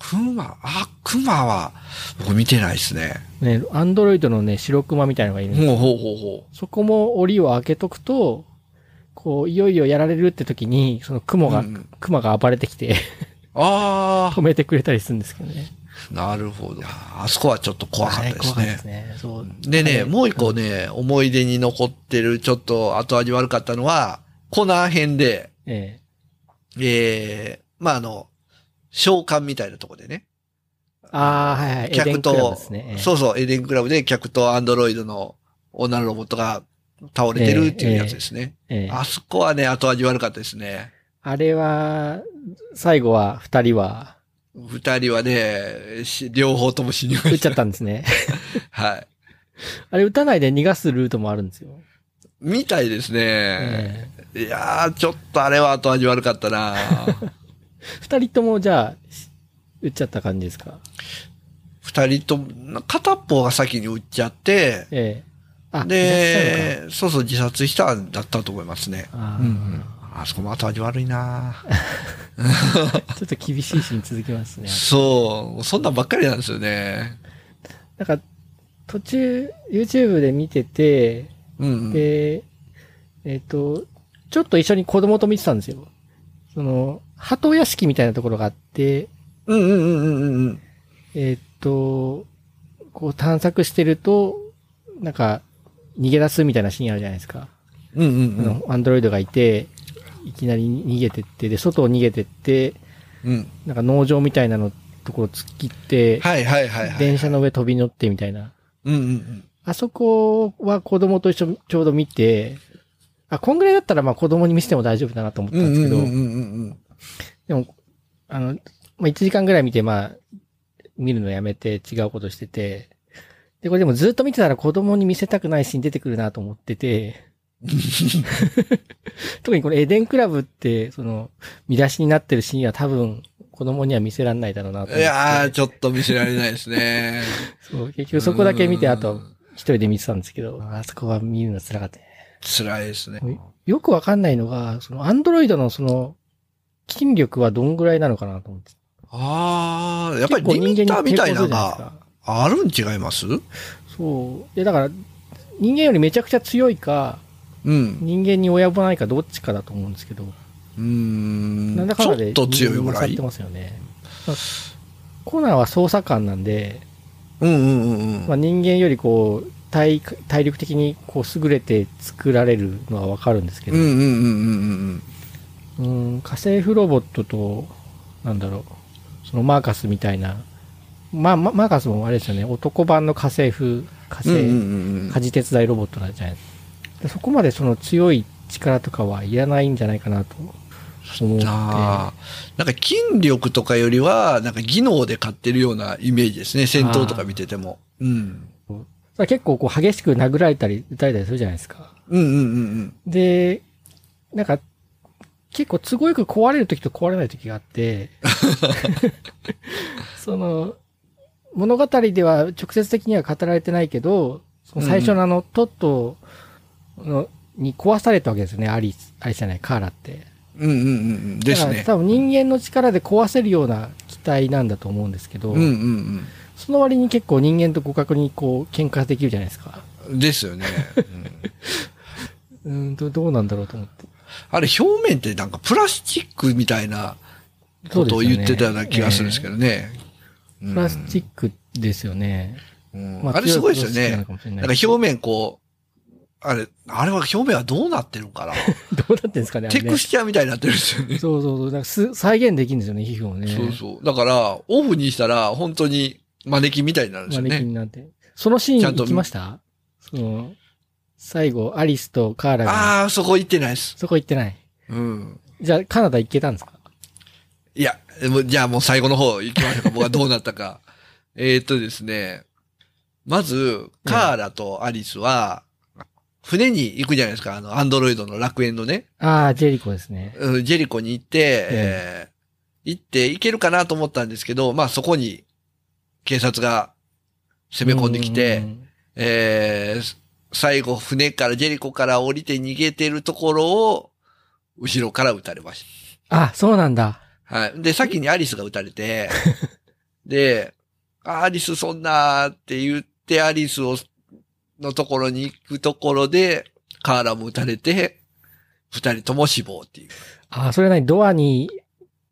B: クマ、あ、クマは、僕見てないですね。
A: ね、アンドロイドのね、白熊みたいのがいるんです
B: ほうほうほうほ
A: そこも檻を開けとくと、こう、いよいよやられるって時に、その
B: う。
A: 雲
B: う
A: が、
B: んうん
A: 熊が暴れてきて、(laughs)
B: あ
A: 止めてくれたりするんですけどね。
B: あ、なるほど。あそこはちょっと怖かった
A: あ
B: です
A: れ怖かった
B: ね
A: で。すね。そう。
B: でね、
A: はい
B: もう一個ね、思い出に残ってる、ちょっと後味悪かったのは、コナー編で、
A: え
B: ええまあ、あの、召喚みたいなとこでね、
A: えああ、はいはい。エデン
B: 客
A: クラブ
B: と
A: ですね。ええ
B: そうそう、エデンクラブで客とアンドロイドの女のロボットが倒れてるっていうやつですね。
A: ええ
B: あそこはね、後味悪かったですね。
A: あれは、最後は、二人は、
B: 二人はね、し両方とも死にま
A: 撃っ
B: し
A: ちゃ
B: た。
A: ったんですね。
B: (laughs) はい。
A: あれ、撃たないで逃がすルートもあるんですよ。
B: みたいですね。
A: ええ
B: いやー、ちょっとあれは後味悪かったな
A: 二人とも、じゃあ、し撃っちゃった感じですか。
B: 二人とも、な片っぽが先に撃っちゃって、
A: ええあ、いらっしゃる
B: で、そうそう自殺したんだったと思います
A: の
B: ね。
A: かあ
B: う
A: ー
B: ん。あそこも後味悪いな
A: ちょっと厳しいシーン続きますね。
B: そう、そんなんばっかりなんですよね。
A: なんか、途中、YouTube で見てて、
B: うんうん。
A: で、えっ、と、ちょっと一緒に子供と見てたんですよ。その、鳩屋敷みたいなところがあって、
B: うんうんうんうんうんうん。
A: えっ、と、こう探索してると、なんか、逃げ出すみたいなシーンあるじゃないですか。
B: うんうん
A: あの、アンドロイドがいて、いきなり逃げてって、で、外を逃げてって、
B: うん。うん。
A: なんか農場みたいなのところ突っ切って、
B: はいはいはいはい。
A: 電車の上飛び乗ってみたいな。
B: うんうんうん。
A: あそこは子供と一緒にちょうど見て、あ、こんぐらいだったらまあ子供に見せても大丈夫だなと思った
B: うんん
A: です
B: う
A: け
B: ん
A: ど、
B: うんうん
A: でも、あの、まあ、1時間ぐらい見て、まあ、見るのやめて違うことしてて、で、これでもずっと見てたら子供に見せたくないシーン出てくるなと思ってて、
B: (laughs)
A: 特にこれエデンクラブって、その、見出しになってるシーンは多分子供には見せられないだろうなと思っ
B: うん。い
A: て。
B: やー、ちょっと見せられないで
A: (laughs)
B: すね。
A: そう、結局そこだけ見て、
B: うん
A: あと、一人で見てたんですけど、あそこは見るの辛かったね。
B: 辛いですね。
A: よくわかんないのが、その、アンドロイドのその、筋力はどんぐらいなのかなと思って。
B: あー、やっぱりリミッターみたいなのが。あるん違います
A: そう。で、だから、人間よりめちゃくちゃ強いか、
B: うん。
A: 人間に及ばないかどっちかだと思うんですけど、
B: うーん。
A: なんだ
B: ち
A: かん
B: ょ
A: だで
B: っと強い
A: 人間に
B: ぐら
A: 勝
B: い
A: って。ますよね。まあコナーは捜査官なんで、
B: うんうんうんう
A: まあ、
B: ん。
A: 人間よりこう、体体力的にこう優れて作られるのはわかるんですけ
B: う
A: ど、
B: んうんうんうん
A: うん、家政婦ロボットと、なんだろう、そのマーカスみたいな、まあ、まマーカスもあれですよね、男版の家政婦、家
B: うんうん。うんうん
A: 政、
B: うん
A: 家事手伝いロボットなんじゃないでそこまでその強い力とかはいらないんじゃないかなと思って。
B: あーなんか筋力とかよりは、なんか技能で勝ってるようなイメージですね。戦闘とか見てても。うん。
A: だから結構こう激しく殴られたり打たれたりするじゃないですか。
B: うんうんうん
A: で、なんか結構都合よく壊れる時と壊れない時があって、
B: (laughs)
A: その物語では直接的には語られてないけど、その最初のあのトットのに壊されたわけですよね、アリス、アリスじゃない、カーラって。
B: うん。うんうんうんうん。で
A: だ
B: す
A: から
B: ね。
A: 多分人間の力で壊せるような機体なんだと思うんですけど、
B: うんうん
A: その割に結構人間と互角にこう喧嘩できるじゃないですか。
B: うん。ですよね。うん
A: うーんとどうなんだろうと思って。
B: あれ表面ってなんかプラスチックみたいなことを言ってたような気がするんですけ
A: ど。
B: どね。
A: ええプラスチックですよね。
B: ク。うん
A: ま
B: あれすごいですよ
A: 強
B: ね
A: い。ほど好きなのか
B: なんか
A: もしれない
B: 表面こう、あれ、あれは表面はどうなってるんか (laughs) な
A: どうなってんですかね、あれ
B: テ
A: ね
B: クスチャーみたいになってるんですよね。
A: そうそうそう。なんかす再現できるんですよね、皮膚をね。
B: そうそう。だから、オフにしたら、本当にマネキンみたいになるんです
A: マ
B: よ
A: ネキン
B: ね。
A: になって。そのシ
B: ち
A: ー
B: ゃ
A: ン
B: んと
A: 行きましたその、最後、アリスとカーラが、
B: ああ、そこ行ってないです。
A: そこ行ってない。
B: うん。
A: じゃあ、カナダ行けたんですか
B: いや、もうじゃあもう最後の方行きましょう (laughs) か。僕はどうなったか。えーっとですね。まず、カーラとアリスは、船に行くじゃないですか。あの、アンドロイドの楽園のね。
A: ああ、ジェリコですね。
B: うんジェリコに行って、えー行って行けるかなと思ったんですけど、まあそこに警察が攻め込んでき
A: うんう
B: て、
A: ん
B: えー最後船から、ジェリコから降りて逃げてるところを、後ろから撃たれまし
A: あ、そうなんだ。
B: た。はい。で、先にアリスが撃たれて、で、あアリスそんなーって言って、アリスを、のところに行くところで、カーラも撃たれて、二人とも死亡っていう。
A: あ、それなにドアに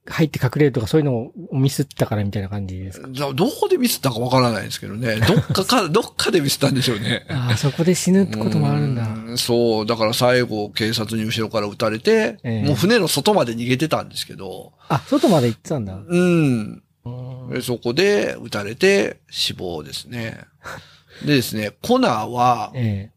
A: 入って隠れるとかそういうのをミスったからみたいな感じですか。
B: どどこでミスったかわからないですけどね。
A: (laughs)
B: どっかか、どっかでミスったんでしょうね。
A: ああ、そこで死ぬってこともあるんだ。
B: うそう。だから最後、警察に後ろから撃たれて、
A: ええ
B: もう船の外まで逃げてたんですけど、
A: あ、外まで行ってたんだ。
B: うん。
A: うん
B: でそこで撃たれて死亡ですね。でですね、コナーは、
A: え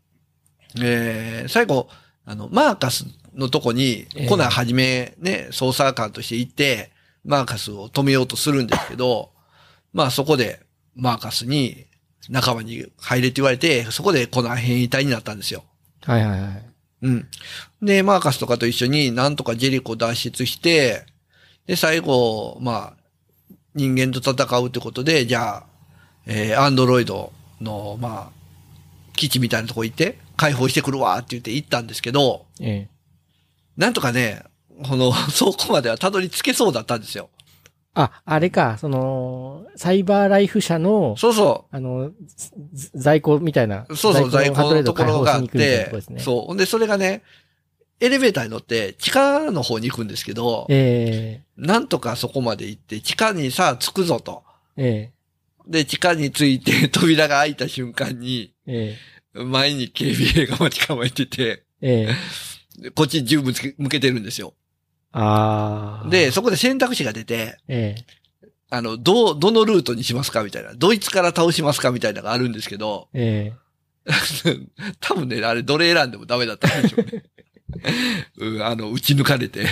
B: えー最後、あの、マーカスのとこに
A: ええ、
B: コナーはじめね、捜査官として行って、マーカスを止めようとするんですけど、まあそこで、マーカスに仲間に入れって言われて、そこでコナー変異体になったんですよ。
A: えはいはいはい。
B: うん。で、マーカスとかと一緒になんとかジェリコ脱出して、で、最後、まあ、人間と戦うってことで、じゃあ、えーアンドロイドの、まあ、基地みたいなとこ行って、解放してくるわって言って行ったんですけど、
A: ええ
B: (laughs) なんとかね、この、そこまではたどり着けそうだったんですよ。
A: あ、あれか、その、サイバーライフ社の、
B: そうそ
A: あの、ずず在庫みたいな。
B: う。そうそう、在庫のところがあっ
A: で
B: て、そう。ほんで、それがね、エレベーターに乗って地下の方に行くんですけど、
A: え
B: なんとかそこまで行って、地下にさ、着くぞと。
A: ええ
B: で、地下に着いて、扉が開いた瞬間に、
A: ええ
B: 前に警備 a が待ち構えてて、
A: えええ
B: でこっち銃向け向けてるんですよ。
A: ああ。
B: で、、そこで選択肢が出て、
A: え
B: あの、どう、どのルートにしますかみたいな。ドイツから倒しますかみたいなのがあるんですけど、 (laughs)
A: ええ
B: 多分ね、あれ、どれ選んでもダメだったんでしょうね。うん、あの、打ち抜かれて。
A: え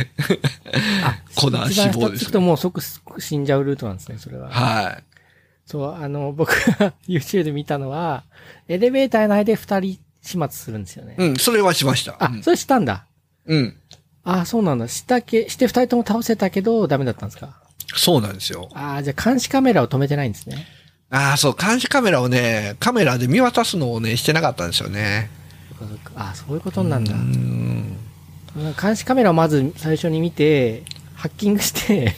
A: あ、
B: 粉脂肪ですね
A: 一番下つくともう即死んじゃうルートなんですね、それは。
B: は
A: そう、あの、 (laughs) 僕が YouTube で見たのは、エレベーター内で二人始末するんですよね。
B: い。うん、それはしました。
A: あ、
B: うん
A: それしたんだ。
B: うん。
A: あそうなんだ。したけ、して二人とも倒せたけど、ダメだったんですか。
B: そうなんですよ。
A: ああ、じゃあ監視カメラを止めてないんですね。
B: ああ、そう、監視カメラをね、カメラで見渡すのをね、してなかったんですよね。
A: そっかそっかあそういうことなんだ
B: う。ん。
A: 監視カメラをまず最初に見て、ハッキングして、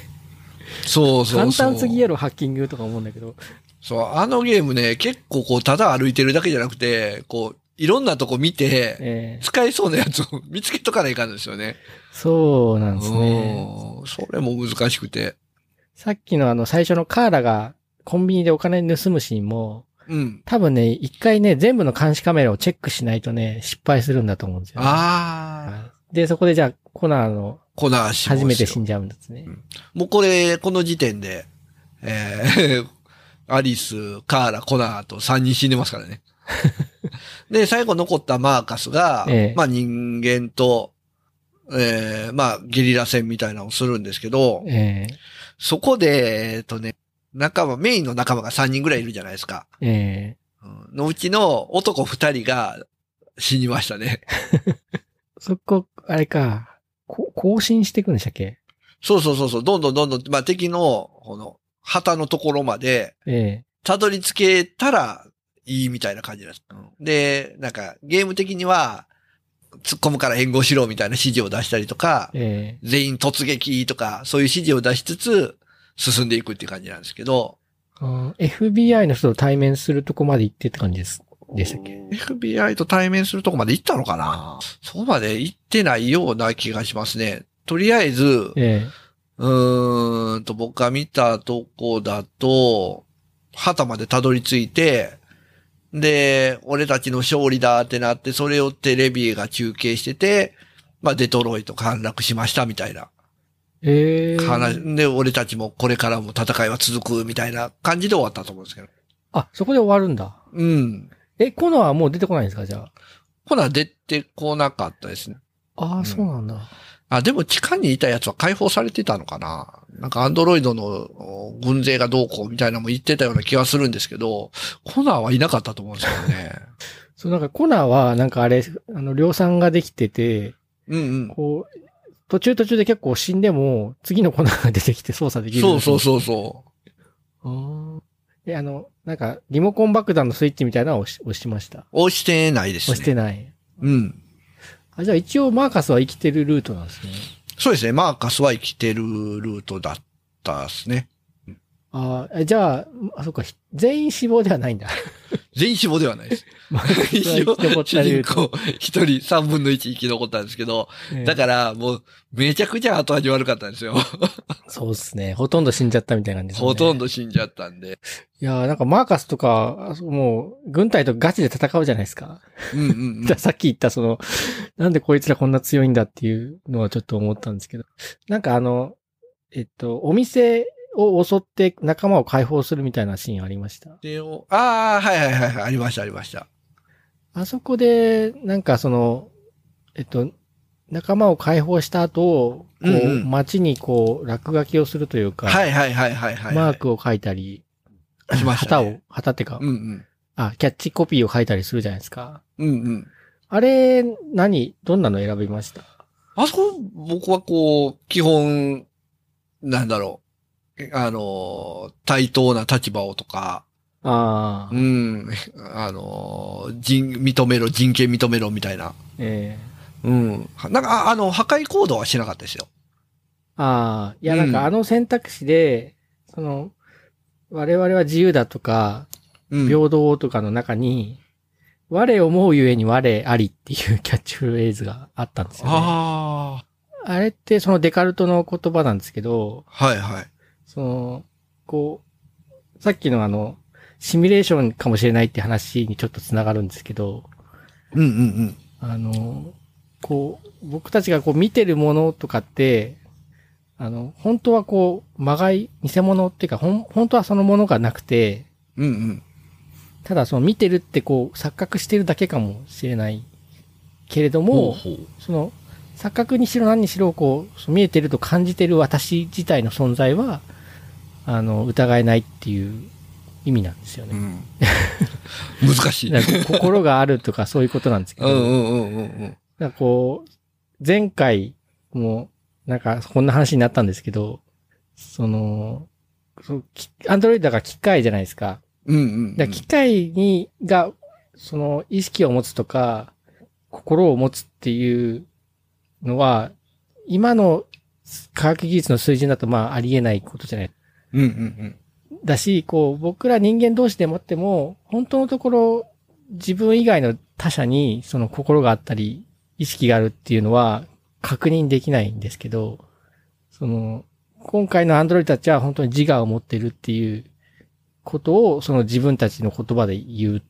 B: そうそうそう。
A: 簡単すぎやろ、ハッキングとか思うんだけど。
B: そう、あのゲームね、結構こう、ただ歩いてるだけじゃなくて、こう、いろんなとこ見て、
A: ええ
B: 使えそうなやつを (laughs) 見つけとかないかんですよね。
A: そうなんですね。
B: うんそれも難しくて。
A: さっきのあの最初のカーラがコンビニでお金盗むシーンも、
B: うん。
A: 多分ね、一回ね、全部の監視カメラをチェックしないとね、失敗するんだと思うんですよ、ね。
B: ああ、
A: はいで、そこでじゃあ、コナーの
B: この足
A: 初めて死んじゃうんですね。
B: もうこれ、この時点で、えーアリス、カーラ、コナーと3人死んでますから
A: (laughs)
B: ね。で、最後残ったマーカスが、
A: ええ
B: まあ人間と、えーまあゲリラ戦みたいなのをするんですけど、
A: え
B: そこで、えっとね、仲間、メインの仲間が3人ぐらいいるじゃないですか。
A: えええ
B: うんのうちの男2人が死にましたね。
A: そこ、あれか、こ更新していくんでしたっけ
B: そうそうそうそう、どんどんどんどん、まあ敵の、この、旗のところまで、
A: え
B: たどり着けたらいいみたいな感じなんです。うんで、なんかゲーム的には突っ込むから援護しろみたいな指示を出したりとか
A: え、ええ
B: 全員突撃とか、そういう指示を出しつつ進んでいくっていう感じなんですけど、
A: あー FBI の人と対面するとこまで行ってって感じです。でしたっけ
B: FBI と対面するとこまで行ったのかなそこまで行ってないような気がしますね。とりあえず、
A: え
B: うーんと、僕が見たとこだと、旗までたどり着いて、で、俺たちの勝利だってなって、それをテレビが中継してて、まあ、デトロイト陥落しましたみたいな
A: えええ
B: 話、で、俺たちもこれからも戦いは続くみたいな感じで終わったと思うんですけど。
A: あ、そこで終わるんだ。
B: うん。
A: え、コナーはもう出てこないんですかじゃあ。
B: ほら、出てこなかったですね。
A: ああ、
B: うん
A: そうなんだ。
B: あ、でも地下にいたやつは解放されてたのかななんかアンドロイドのお軍勢がどうこうみたいなのも言ってたような気はするんですけど、コナーはいなかったと思うんですよ
A: (laughs)
B: ね。
A: そう、なんかコナーは、なんかあれ、あの、量産ができてて、
B: うんうん。
A: こう、途中途中で結構死んでも、次のコナーが出てきて操作できる。。
B: そうそうそうそう
A: ん。え、あの、なんか、リモコン爆弾のスイッチみたいなのを押し押しました。
B: う。押してないですね。
A: 押してない。
B: うん。
A: あ、じゃあ一応マーカスは生きてるルートなんですね。
B: そうですね。マーカスは生きてるルートだったですね。
A: あーえじゃあ、あ、そっか、ひ全員死亡ではないんだ。
B: 全員死亡ではない
A: (laughs)
B: です。
A: マーカスは
B: 一
A: 生
B: 応
A: き残っ、た
B: 主
A: ル
B: 人
A: ート。
B: 公一人三分の一生き残ったんですけど、
A: ええ
B: (laughs) だからもうめちゃくちゃ後味悪かったんですよ。
A: (laughs) そうですね。ほとんど死んじゃったみたいな感じですね。
B: ほとんど死んじゃったんで。
A: いやーなんかマーカスとか、あそうもう、軍隊とガチで戦うじゃないですか。
B: うんうんうん
A: だ。さっき言ったその、なんでこいつらこんな強いんだっていうのはちょっと思ったんですけど。なんかあの、えっと、お店を襲って仲間を解放するみたいなシーンありました。
B: でおああ、はいはいはいはい、ありました、ありました。
A: あそこで、なんかその、えっと、仲間を解放した後、こう、
B: うんうん
A: 街にこう、落書きをするというか、
B: はいはいはいはいはい。
A: マークを書いたり、
B: クしました、
A: 旗
B: ね。
A: を、旗ってか、
B: うんうん。
A: あ、キャッチコピーを書いたりするじゃないですか。
B: うんうん。
A: あれ、何、どんなの選びました
B: あそこ、僕はこう、基本、なんだろう。あの、対等な立場をとか、
A: ああ、
B: うん、あの、人、認めろ、人権認めろみたいな。
A: ええ
B: うん。なんか、ああの、破壊行動はしなかったですよ。
A: あああ、いや、なん
B: うん
A: かあの選択肢で、その、我々は自由だとか、
B: うん。
A: 平等とかの中に、我思うゆえに我ありっていうキャッチフレーズがあったんですよ、ね。あ
B: あ
A: れってそのデカルトの言葉なんですけど
B: あ、、はいはい。
A: その、こう、さっきのあの、シミュレーションかもしれないって話にちょっとつながるんですけど、
B: うんうんうん。
A: あの、こう、僕たちがこう見てるものとかって、あの、本当はこう、まがい、偽物っていうか、ほん、本当はそのものがなくて、
B: うんうん。
A: ただその見てるってこう、錯覚してるだけかもしれないけれども、
B: ほうほ
A: その、錯覚にしろ何にしろ、こう、そう見えてると感じてる私自体の存在は、あの、疑えないっていう意味なんですよ
B: う。う
A: ね。
B: ん。難しい。
A: だから心があるとかそういうことなんですけ
B: う
A: ど、
B: んうんうんうんうん。
A: なんかこう、前回も、なんかこんな話になったんですけど、その、そうきアンドロイドだから機械じゃないですか。
B: うんうんう
A: だから
B: ん。
A: 機械に、が、その意識を持つとか、心を持つっていうのは、今の科学技術の水準だとまあありえないことじゃない。
B: うんうんうん。
A: だし、こう、僕ら人間同士でもっても、本当のところ、自分以外の他者に、その心があったり、意識があるっていうのは、確認できないんですけど、その、今回のアンドロイドたちは本当に自我を持ってるっていうことを、その自分たちの言葉で言う、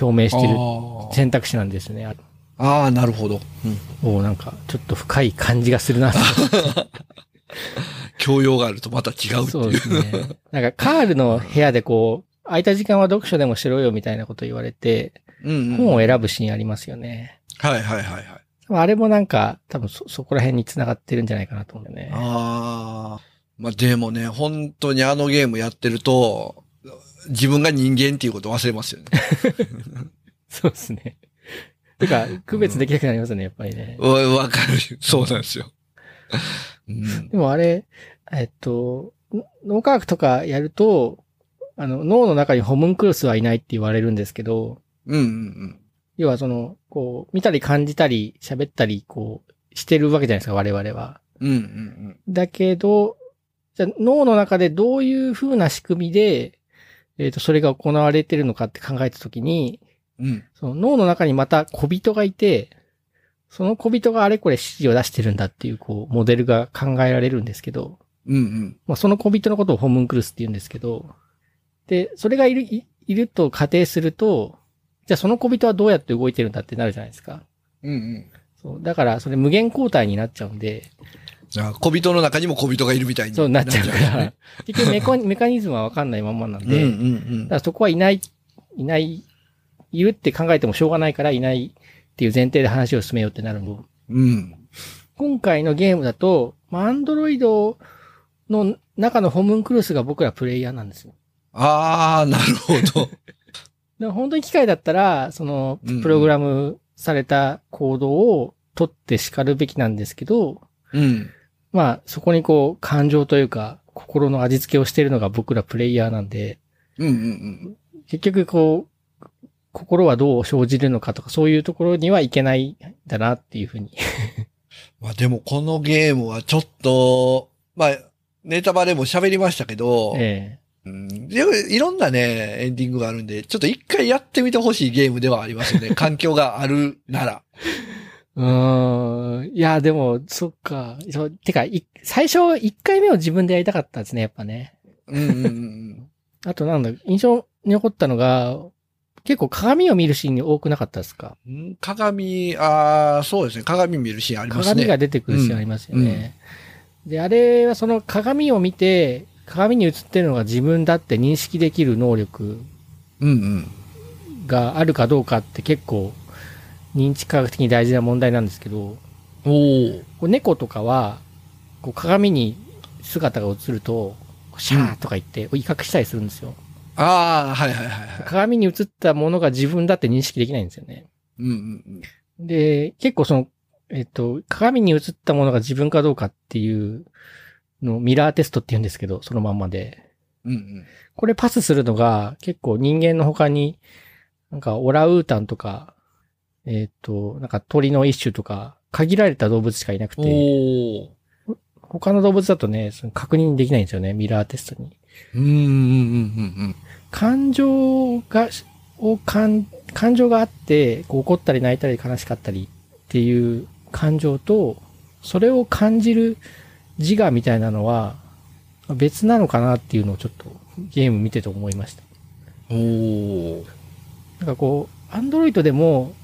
A: 表明してる
B: あー
A: 選択肢なんですね。あ
B: あー、なるほど。うん
A: おーなんか、ちょっと深い感じがするなと。
B: 教養があるとまた違うって
A: そう
B: い
A: で
B: う。
A: すね。なんか、カールの部屋でこう、空いた時間は読書でもしろよみたいなこと言われて、
B: うんうん。
A: 本を
B: はい
A: 選ぶシーンありますよね。
B: はいはいはい。
A: あれもなんか、多分そ、そこら辺に繋がってるんじゃないかなと思うんだよね。
B: ああ。まあでもね、本当にあのゲームやってると、自分が人間っていうこと忘れますよね。
A: (laughs) そうですね。てか、区別できなくなりますよね、やっぱりね。
B: わわかる。そうなんですよ。うん
A: でもあれ、えっと、脳科学とかやると、あの、脳の中にホムンクルスはいないって言われるんですけど、
B: うんうん
A: 要はその、こう、見たり感じたり、喋ったり、こう、してるわけじゃないですか、我々は。
B: うん。うんうん
A: だけど、じゃあ脳の中でどういう風な仕組みで、えっ、と、それが行われてるのかって考えたときに、
B: うん。うん。
A: その脳の中にまた小人がいて、その小人があれこれ指示を出してるんだっていう、こう、モデルが考えられるんですけど、
B: うんうん。
A: まあ、その小人のことをホムンクルスって言うんですけど、で、それがいる、いいると仮定すると、じゃあその小人はどうやって動いてるんだってなるじゃないですか。
B: うんうん。
A: そう。だから、それ無限交代になっちゃうんで、
B: じゃあ、小人の中にも小人がいるみたいに。
A: そうなっちゃうか
B: な
A: ら
B: ね。、
A: 結局メコ (laughs) メカニズムはわかんないまんまなん
B: うんう
A: で、だ
B: ん
A: からそこはいない、いない、いるって考えてもしょうがないからいないっていう前提で話を進めようってなるの。
B: うん。うん。
A: 今回のゲームだと、まあアンドロイドの中のホムンクルスが僕らプレイヤーなんですよ。
B: ああ、なるほど。
A: だから本当に機械だったら、その
B: うんうん、
A: プログラムされた行動を取って叱るべきなんですけど、
B: (laughs) うん。
A: まあ、そこにこう、感情というか、心の味付けをしているのが僕らプレイヤーなんで、
B: うんうん
A: 結局こう、心はどう生じるのかとか、そういうところにはいけないんだなっていうふうに。
B: まあでもこのゲームはちょっと、まあ、ネタバレも喋りましたけど、
A: え
B: うんでいろんなね、エンディングがあるんで、ちょっと一回やってみてほしいゲームではあります (laughs) よね。環境があるなら。
A: えうーん。いや、でも、そっか。そうてか、い最初、1回目を自分でやりたかったですね、やっぱね。
B: うんうんうん
A: あと、なんだ、印象に残ったのが、結構鏡を見るシーンに多くなかったですか
B: うんうん。鏡、ああ、そうですね。鏡見るシーンありますね。
A: 鏡が出てくるシーンありますよね。で、あれはその鏡を見て、鏡に映ってるのが自分だって認識できる能力
B: うんうん。
A: があるかどうかって結構認知科学的に大事な問題なんですけど、
B: おお。
A: こう猫とかはこう鏡に姿が映ると、こうシャーとか言って威嚇したりするんですよ。
B: ああ、はいはいはいはい。
A: 鏡に映ったものが自分だって認識できないんですよね。
B: うんうんうん。
A: で、結構その、えっと、鏡に映ったものが自分かどうかっていうのをミラーテストって言うんですけど、そのまんまで。
B: うんうん。
A: これパスするのが結構人間の他に、なんかオラウータンとか、えっ、と、なんか鳥の一種とか、限られた動物しかいなくて、
B: おお。
A: 他の動物だとね、その確認できないんですよね、ミラーテストに。
B: うん、うん、うん、
A: 感情が、を感、感情があって、こう怒ったり泣いたり悲しかったりっていう感情と、それを感じる自我みたいなのは、別なのかなっていうのをちょっとゲーム見てて思いました。
B: うん、うん。おー。
A: なんかこう、アンドロイドでも、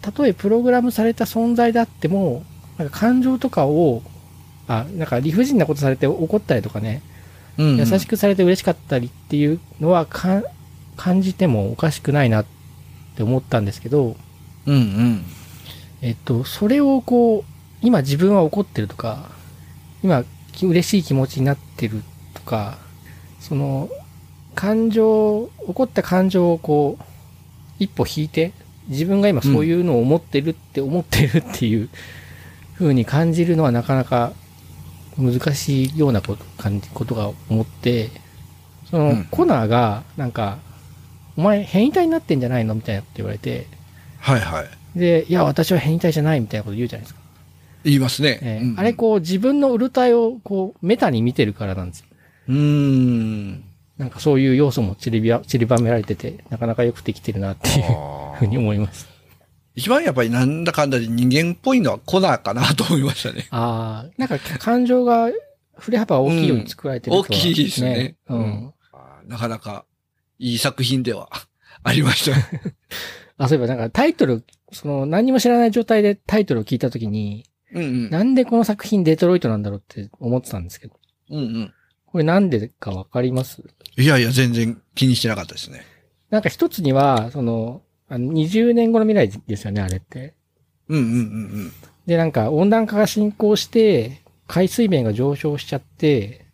A: たとえプログラムされた存在だっても、なんか感情とかを、あ、なんか理不尽なことされて怒ったりとかね、
B: うんうん、
A: 優しくされて嬉しかったりっていうのはか感じてもおかしくないなって思ったんですけど、
B: うん、うん。
A: えっと、それをこう、今自分は怒ってるとか、今き嬉しい気持ちになってるとか、その、感情、怒った感情をこう、一歩引いて、自分が今そういうのを思ってるって思ってるっていう風に感じるのはなかなか難しいようなこと、感じ、ことが思って、その、
B: うん
A: コナーが、なんか、お前変異体になってんじゃないのみたいなって言われて、
B: はい、はい。
A: で、いや、私は変異体じゃないみたいなこと言うじゃないですか。
B: 言いますね。
A: え
B: う
A: ー
B: ん
A: あれこう自分のうるたいをこうメタに見てるからなんですよ。
B: うーん。
A: なんかそういう要素も散りびわ散りばめられてて、なかなかよくできてるなっていう
B: あ
A: ふうに
B: ー
A: 思います。
B: (laughs) 一番やっぱりなんだかんだで人間っぽいのはコナーかなと思いましたね。 (laughs)
A: ああ、なんか感情が振れ幅大きいように作られてるとは、
B: うん大きいですね
A: うん。
B: うんあーなかなかいい作品ではありま
A: (laughs)
B: した。
A: あ、そういえばなんかタイトル、その何にも知らない状態でタイトルを聞いたときに、
B: うんうん。
A: なんでこの作品デトロイトなんだろうって思ってたんですけど、
B: うんうん。
A: これなんでかわかります
B: いやいや、全然気にしてなかったですね。
A: なんか一つには、その、あの20年後の未来ですよね、あれって。
B: うんうんうん
A: で、なんか温暖化が進行して、海水面が上昇しちゃって、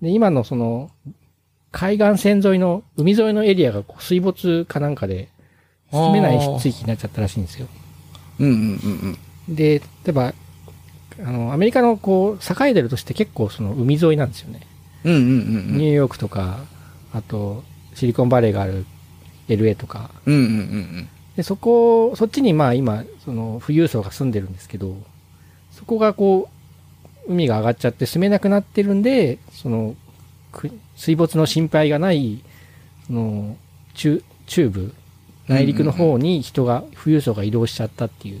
A: で、今のその、海岸線沿いの、海沿いのエリアがこう水没かなんかで、
B: うん。
A: 住めない
B: あー
A: 地域になっちゃったらしいんですよ。
B: うんうんうんうん。
A: で、例えば、あの、アメリカのこう、栄えてるとして結構その海沿いなんですよね。
B: うんうんうんうん。
A: ニューヨークとか、あと、シリコンバレーがある LA とか。
B: うんうんうん
A: で、そこ、そっちにまあ今、その富裕層が住んでるんですけど、そこがこう、海が上がっちゃって住めなくなってるんで、その、く水没の心配がない、その、中、中部、内陸の方に人が、富裕層が移動しちゃったっていう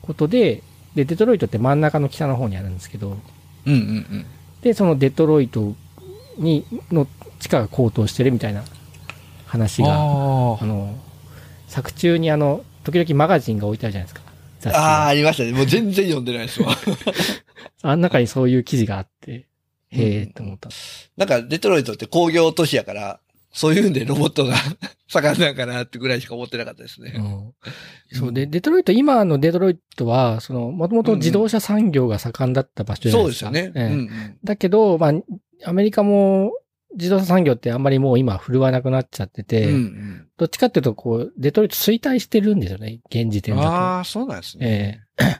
A: ことで、で、デトロイトって真ん中の北の方にあるんですけど、
B: うん。うんうん
A: で、そのデトロイトに、の地価が高騰してるみたいな話
B: うん。
A: が
B: あ
A: あの、作中にあの、時々マガジンが置いてあるじゃないですか。雑誌
B: あ。ああ、
A: が。
B: ありましたね。もう全然読んでないですわ。
A: あん中にそういう記事があって、
B: うん
A: へえって思った。
B: なんか、デトロイトって工業都市やから、そういうんでロボットが (laughs) 盛んなんかなってぐらいしか思ってなかったですね。
A: うんそうで、デトロイト、今のデトロイトは、その、もともと自動車産業が盛んだった場所じゃな
B: そ
A: いうで
B: ですす
A: か。
B: よね。
A: ええ
B: うん
A: だけど、まあ、アメリカも自動車産業ってあんまりもう今振るわなくなっちゃって
B: うん。
A: て、
B: うん
A: どっちかっていうと、こう、デトロイト衰退してるんですよね、現時
B: う
A: 点
B: ん。
A: だと。
B: ああ、そうなんですね。
A: ええ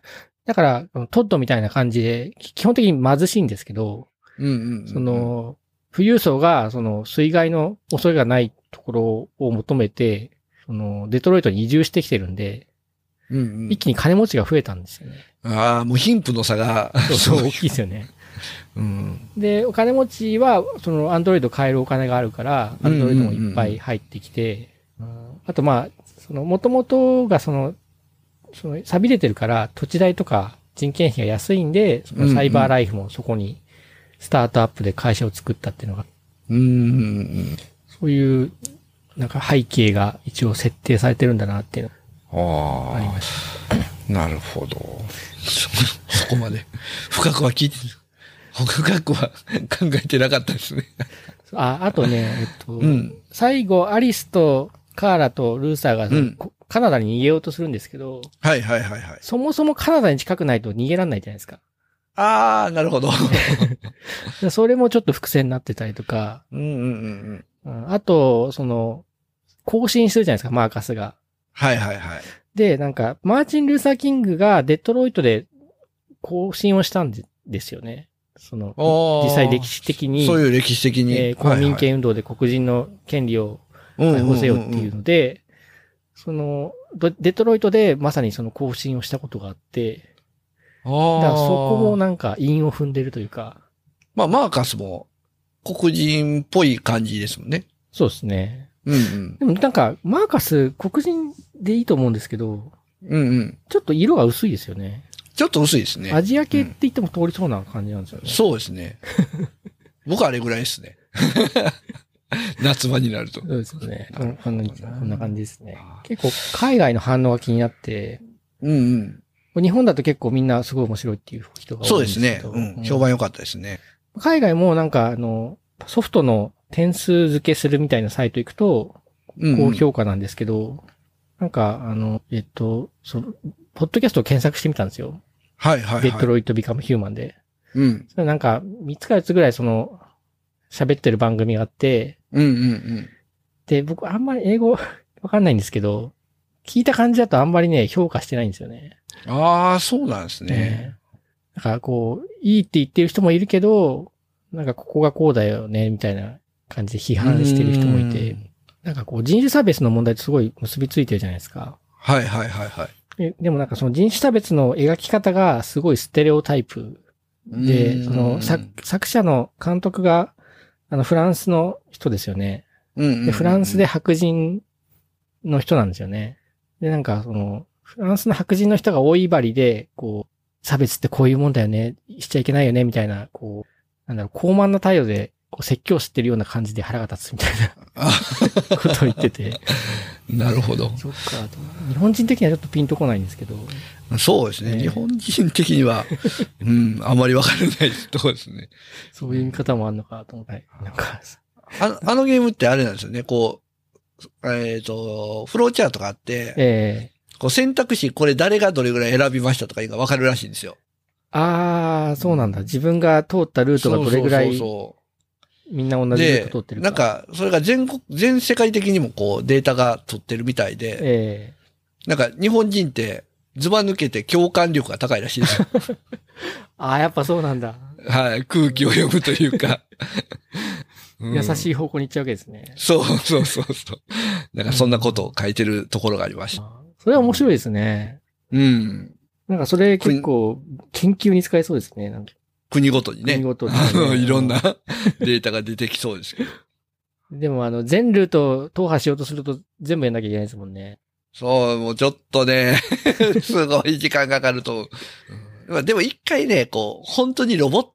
A: だから、トッドみたいな感じで、基本的に貧しいんですけど、
B: うんうんうんうん。
A: その、富裕層が、その、水害の恐れがないところを求めて、その、デトロイトに移住してきてるんで、
B: うんうん
A: 一、気に金持ちが増えたんですよね。
B: ああ、もう貧富の差が、
A: そう、大きいですよね。
B: うん。
A: で、お金持ちは、その、アンドロイド買えるお金があるから、アンドロイドもいっぱい入ってきて、あと、まあ、その、元々が、その、その、錆びれてるから、土地代とか人件費が安いんで、そのサイバーライフもそこに、スタートアップで会社を作ったっていうのが
B: うんうん
A: そういう、なんか背景が一応設定されてるんだなっていうの
B: うん。
A: があり
B: あ
A: まし
B: あ、なるほど。そ、そこまで。深くは聞いて、深くは考えてなかったですね。
A: た。あ、あと (laughs) ね、えっと、
B: うん。
A: 最後、アリスとカーラとルーサーが、
B: うん
A: こカナダに逃げようとするんですけど、
B: はいはいはいはい。
A: そもそもカナダに近くないと逃げらんないじゃないですか。
B: ああ、
A: (laughs)
B: なるほど。
A: でそれもちょっと伏線になってたりとか、
B: うんうんうんうん。
A: うんあと、その、更新するじゃないですか、マーカスが。
B: はいはいはい。
A: で、なんか、マーチン・ルーサー・キングがデトロイトで更新をしたんでですよね。その、
B: おー
A: 実際歴史的に。
B: そういう歴史的に。
A: えー公民権運動で黒人の権利を解放せよっていう
B: の。
A: ので、その、どデトロイトでまさにその更新をしたことがあって、だからそこも
B: な。
A: なんか韻を踏んでるというか、
B: まあ、マーカスも黒人っぽい感じですもんね。
A: そうですね。
B: うんうん。
A: でもなんか、マーカス黒人でいいと思うんですけど、
B: うんうん。
A: ちょっと色が薄いですよね。
B: ちょっと薄いですね
A: ア。ジア系って言っても通りそうな感じなんですよね。
B: そうで
A: (laughs)
B: すね。僕あれぐらいですね。 (laughs) 夏場になると。
A: そうですよね。うんこんなこんな感じですね
B: あ。ー
A: 結構海外の反応が気になって、
B: うんうん。
A: 日本だと結構みんなすごい面白いっていう人が多いん
B: そう
A: で
B: ですす
A: け
B: ね。
A: ど。
B: うん。
A: ん
B: 評判良かったですね。
A: 海外もなんかあの、ソフトの点数付けするみたいなサイト行くと、
B: うん、うん。
A: 高評価なんですけど、なんかあの、えっと、その、ポッドキャストを検索してみたんですよ。
B: はいはい
A: デッド
B: はい。
A: ロイト・ビカム・ヒューマンで。
B: うん。
A: それなんか、3つか4つぐらいその、喋ってる番組があって、
B: うんうん
A: で、僕あんまり英語わかんないんですけど、聞いた感じだとあんまりね、評価してないんですよね。
B: うん。ああ、そうなんですね。
A: えだからこう、いいって言ってる人もいるけど、なんかここがこうだよね、みたいな感じで批判してる人もいて
B: うん、
A: なんかこう人種差別の問題とすごい結びついてるじゃないですか。
B: はいはいはいはい。
A: えでもなんかその人種差別の描き方がすごいステレオタイプ
B: う
A: で、
B: ん
A: その作作者の監督があのフランスの人ですよね。
B: うんうんうん
A: で、フランスで。白人の人なんですよね。で、なんか、その、フランスの白人の人が大いばりで、こう、差別ってこういうもんだよね、しちゃいけないよね、みたいな、こう、なんだろう、高慢な態度で、こう、説教してるような感じで腹が立つみたい
B: あ
A: な (laughs) ことを言ってて。
B: (laughs) なるほど。
A: そっか、と日本人的にはちょっとピンとこないんですけど。
B: そうですね。
A: ね
B: 日本人的に (laughs) は、うん、あまりわからないとこですね。
A: そういう見方もあるのかと思って、なんか、
B: ああのゲームってあれなんですよね。こう、えっ、と、フローチャートがあって、
A: ええ
B: こう選択肢、これ誰がどれぐらい選びましたとかいうのがわかるらしいんですよ。
A: あー、そうなんだ。自分が通ったルートがどれぐらい
B: そうそ
A: みんな
B: うそ
A: 同
B: う
A: じルー
B: で
A: ト通って、るか。
B: なん、か、それが全国、全世界的にもこうデータが取ってるみたいで、
A: え
B: なんか日本人ってズバ抜けて共感力が高いらしい
A: (laughs)
B: ですよ。
A: えあー、やっぱそうなんだ。
B: はい。空気を読むとい
A: (laughs)
B: うか。
A: 優
B: い
A: しい方向に行っちゃうわけですね。
B: そうそうそうそう。なんかそんなことを書いてるところがありました。
A: あーそれは面白いですね。
B: うん。
A: なんかそれ結構研究に使えそうですね。なんか
B: 国ごとにね。
A: 国ごとに
B: あの、 (laughs) いろんなデータが出てきそうですけど。
A: でもあの、全ルートを踏破しようとすると全部やんなきゃいけないですもんね。
B: そう、もうちょっとね、 (laughs) すごい時間かかると思う。まあでも一回ね、こう、本当にロボッ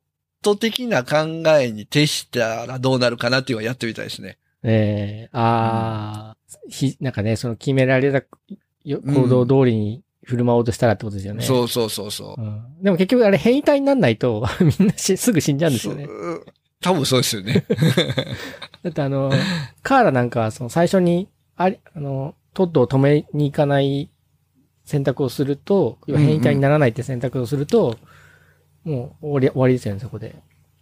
B: ト的な考えに徹したらどうなるかなっていうのはやってみたいですね。
A: ええああ、ひ、なんかね、その決められたよ行動通りに振る舞おうとしたらってことですよね。
B: そうそうそうそうう。
A: んでも結局あれ変異体にならないと (laughs) みんなしすぐ死んじゃうんですよね
B: そ。う多分そうです
A: (laughs)
B: よね。
A: だってあの、カーラなんかはその最初に、あり、あの、トッドを止めに行かない選択をすると、要は変異体にならないって選択をすると、もう終わり、終わりですよね、そこで。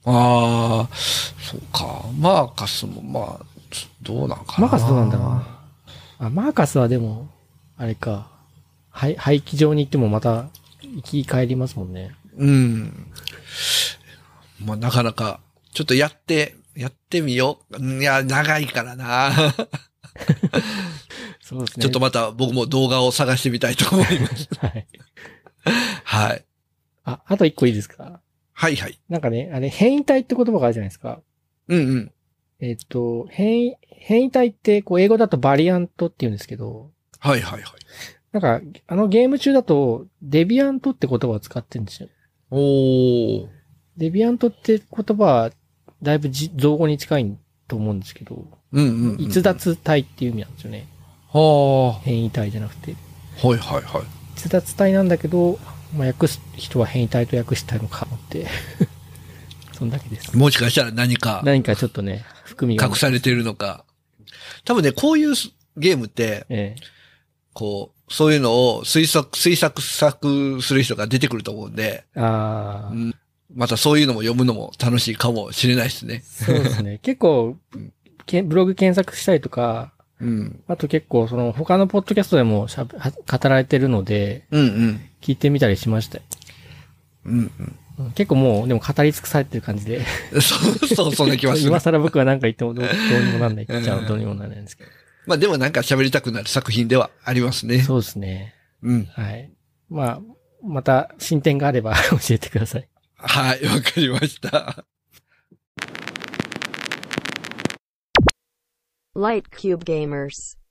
B: ああ、そうか。マーカスも、まあ、どうなんか
A: マ
B: な。
A: ーカスどうなんだろうな。あ、マーカスはでも、あれか、はい、廃棄場に行ってもまた、生き返りますもんね。
B: うん。まあ、なかなか、ちょっとやって、やってみよう。うんいや、長いからな。
A: そうです
B: ちょっとまた僕も動画を探してみたいと思
A: (laughs)
B: います。
A: はい。
B: はい。
A: あ、あと一個いいですか
B: はいはい。
A: なんかね、あれ、変異体って言葉があるじゃないですか。
B: うんうん。
A: えっ、と、変異、変異体って、こう、英語だとバリアントって言うんですけど、
B: はいはいはい。
A: なんか、あのゲーム中だと、デビアントって言葉を使ってるんですよ。
B: おー。
A: デビアントって言葉は、だいぶじ造語に近いと思うんですけど、
B: うんうん、うん。
A: 逸脱体っていう意味なんですよね。
B: は
A: 変異体じゃなくて。
B: あ。はいはいはい。
A: 逸脱体なんだけど、まあ、訳す人は変異体と訳したいのかもって。 (laughs) そんだけです。
B: もしかしたら何か
A: 何かちょっとね、含みが。
B: 隠されてるのか。多分ね、こういうゲームって、
A: ええ。
B: こう、そういうのを推測、推測作する人が出てくると思うんで、
A: ああ、
B: またそういうのも読むのも楽しいかもしれないですね。
A: そうです
B: (laughs)
A: ね。結構、けブログ検索したりとか、
B: うん。
A: あと結構その他のポッドキャストでもしゃべは語られてるので、
B: うんうん。
A: 聞いてみたりしましたよ
B: うん
A: うん結構もう、でも語り尽くされてる感じで。
B: うん。そう、そう、そんな気はする
A: 今。更僕は何か言ってもどうどうにもなんないっちゃ
B: うん
A: う、どうにもなんないんですけど。
B: まあでもなんか喋りたくなる作品ではありますね。
A: そうですね。
B: うん。
A: はい。まあ、また進展があれば (laughs) 教えてください。
B: はい、わかりました。
C: Light Cube Gamers.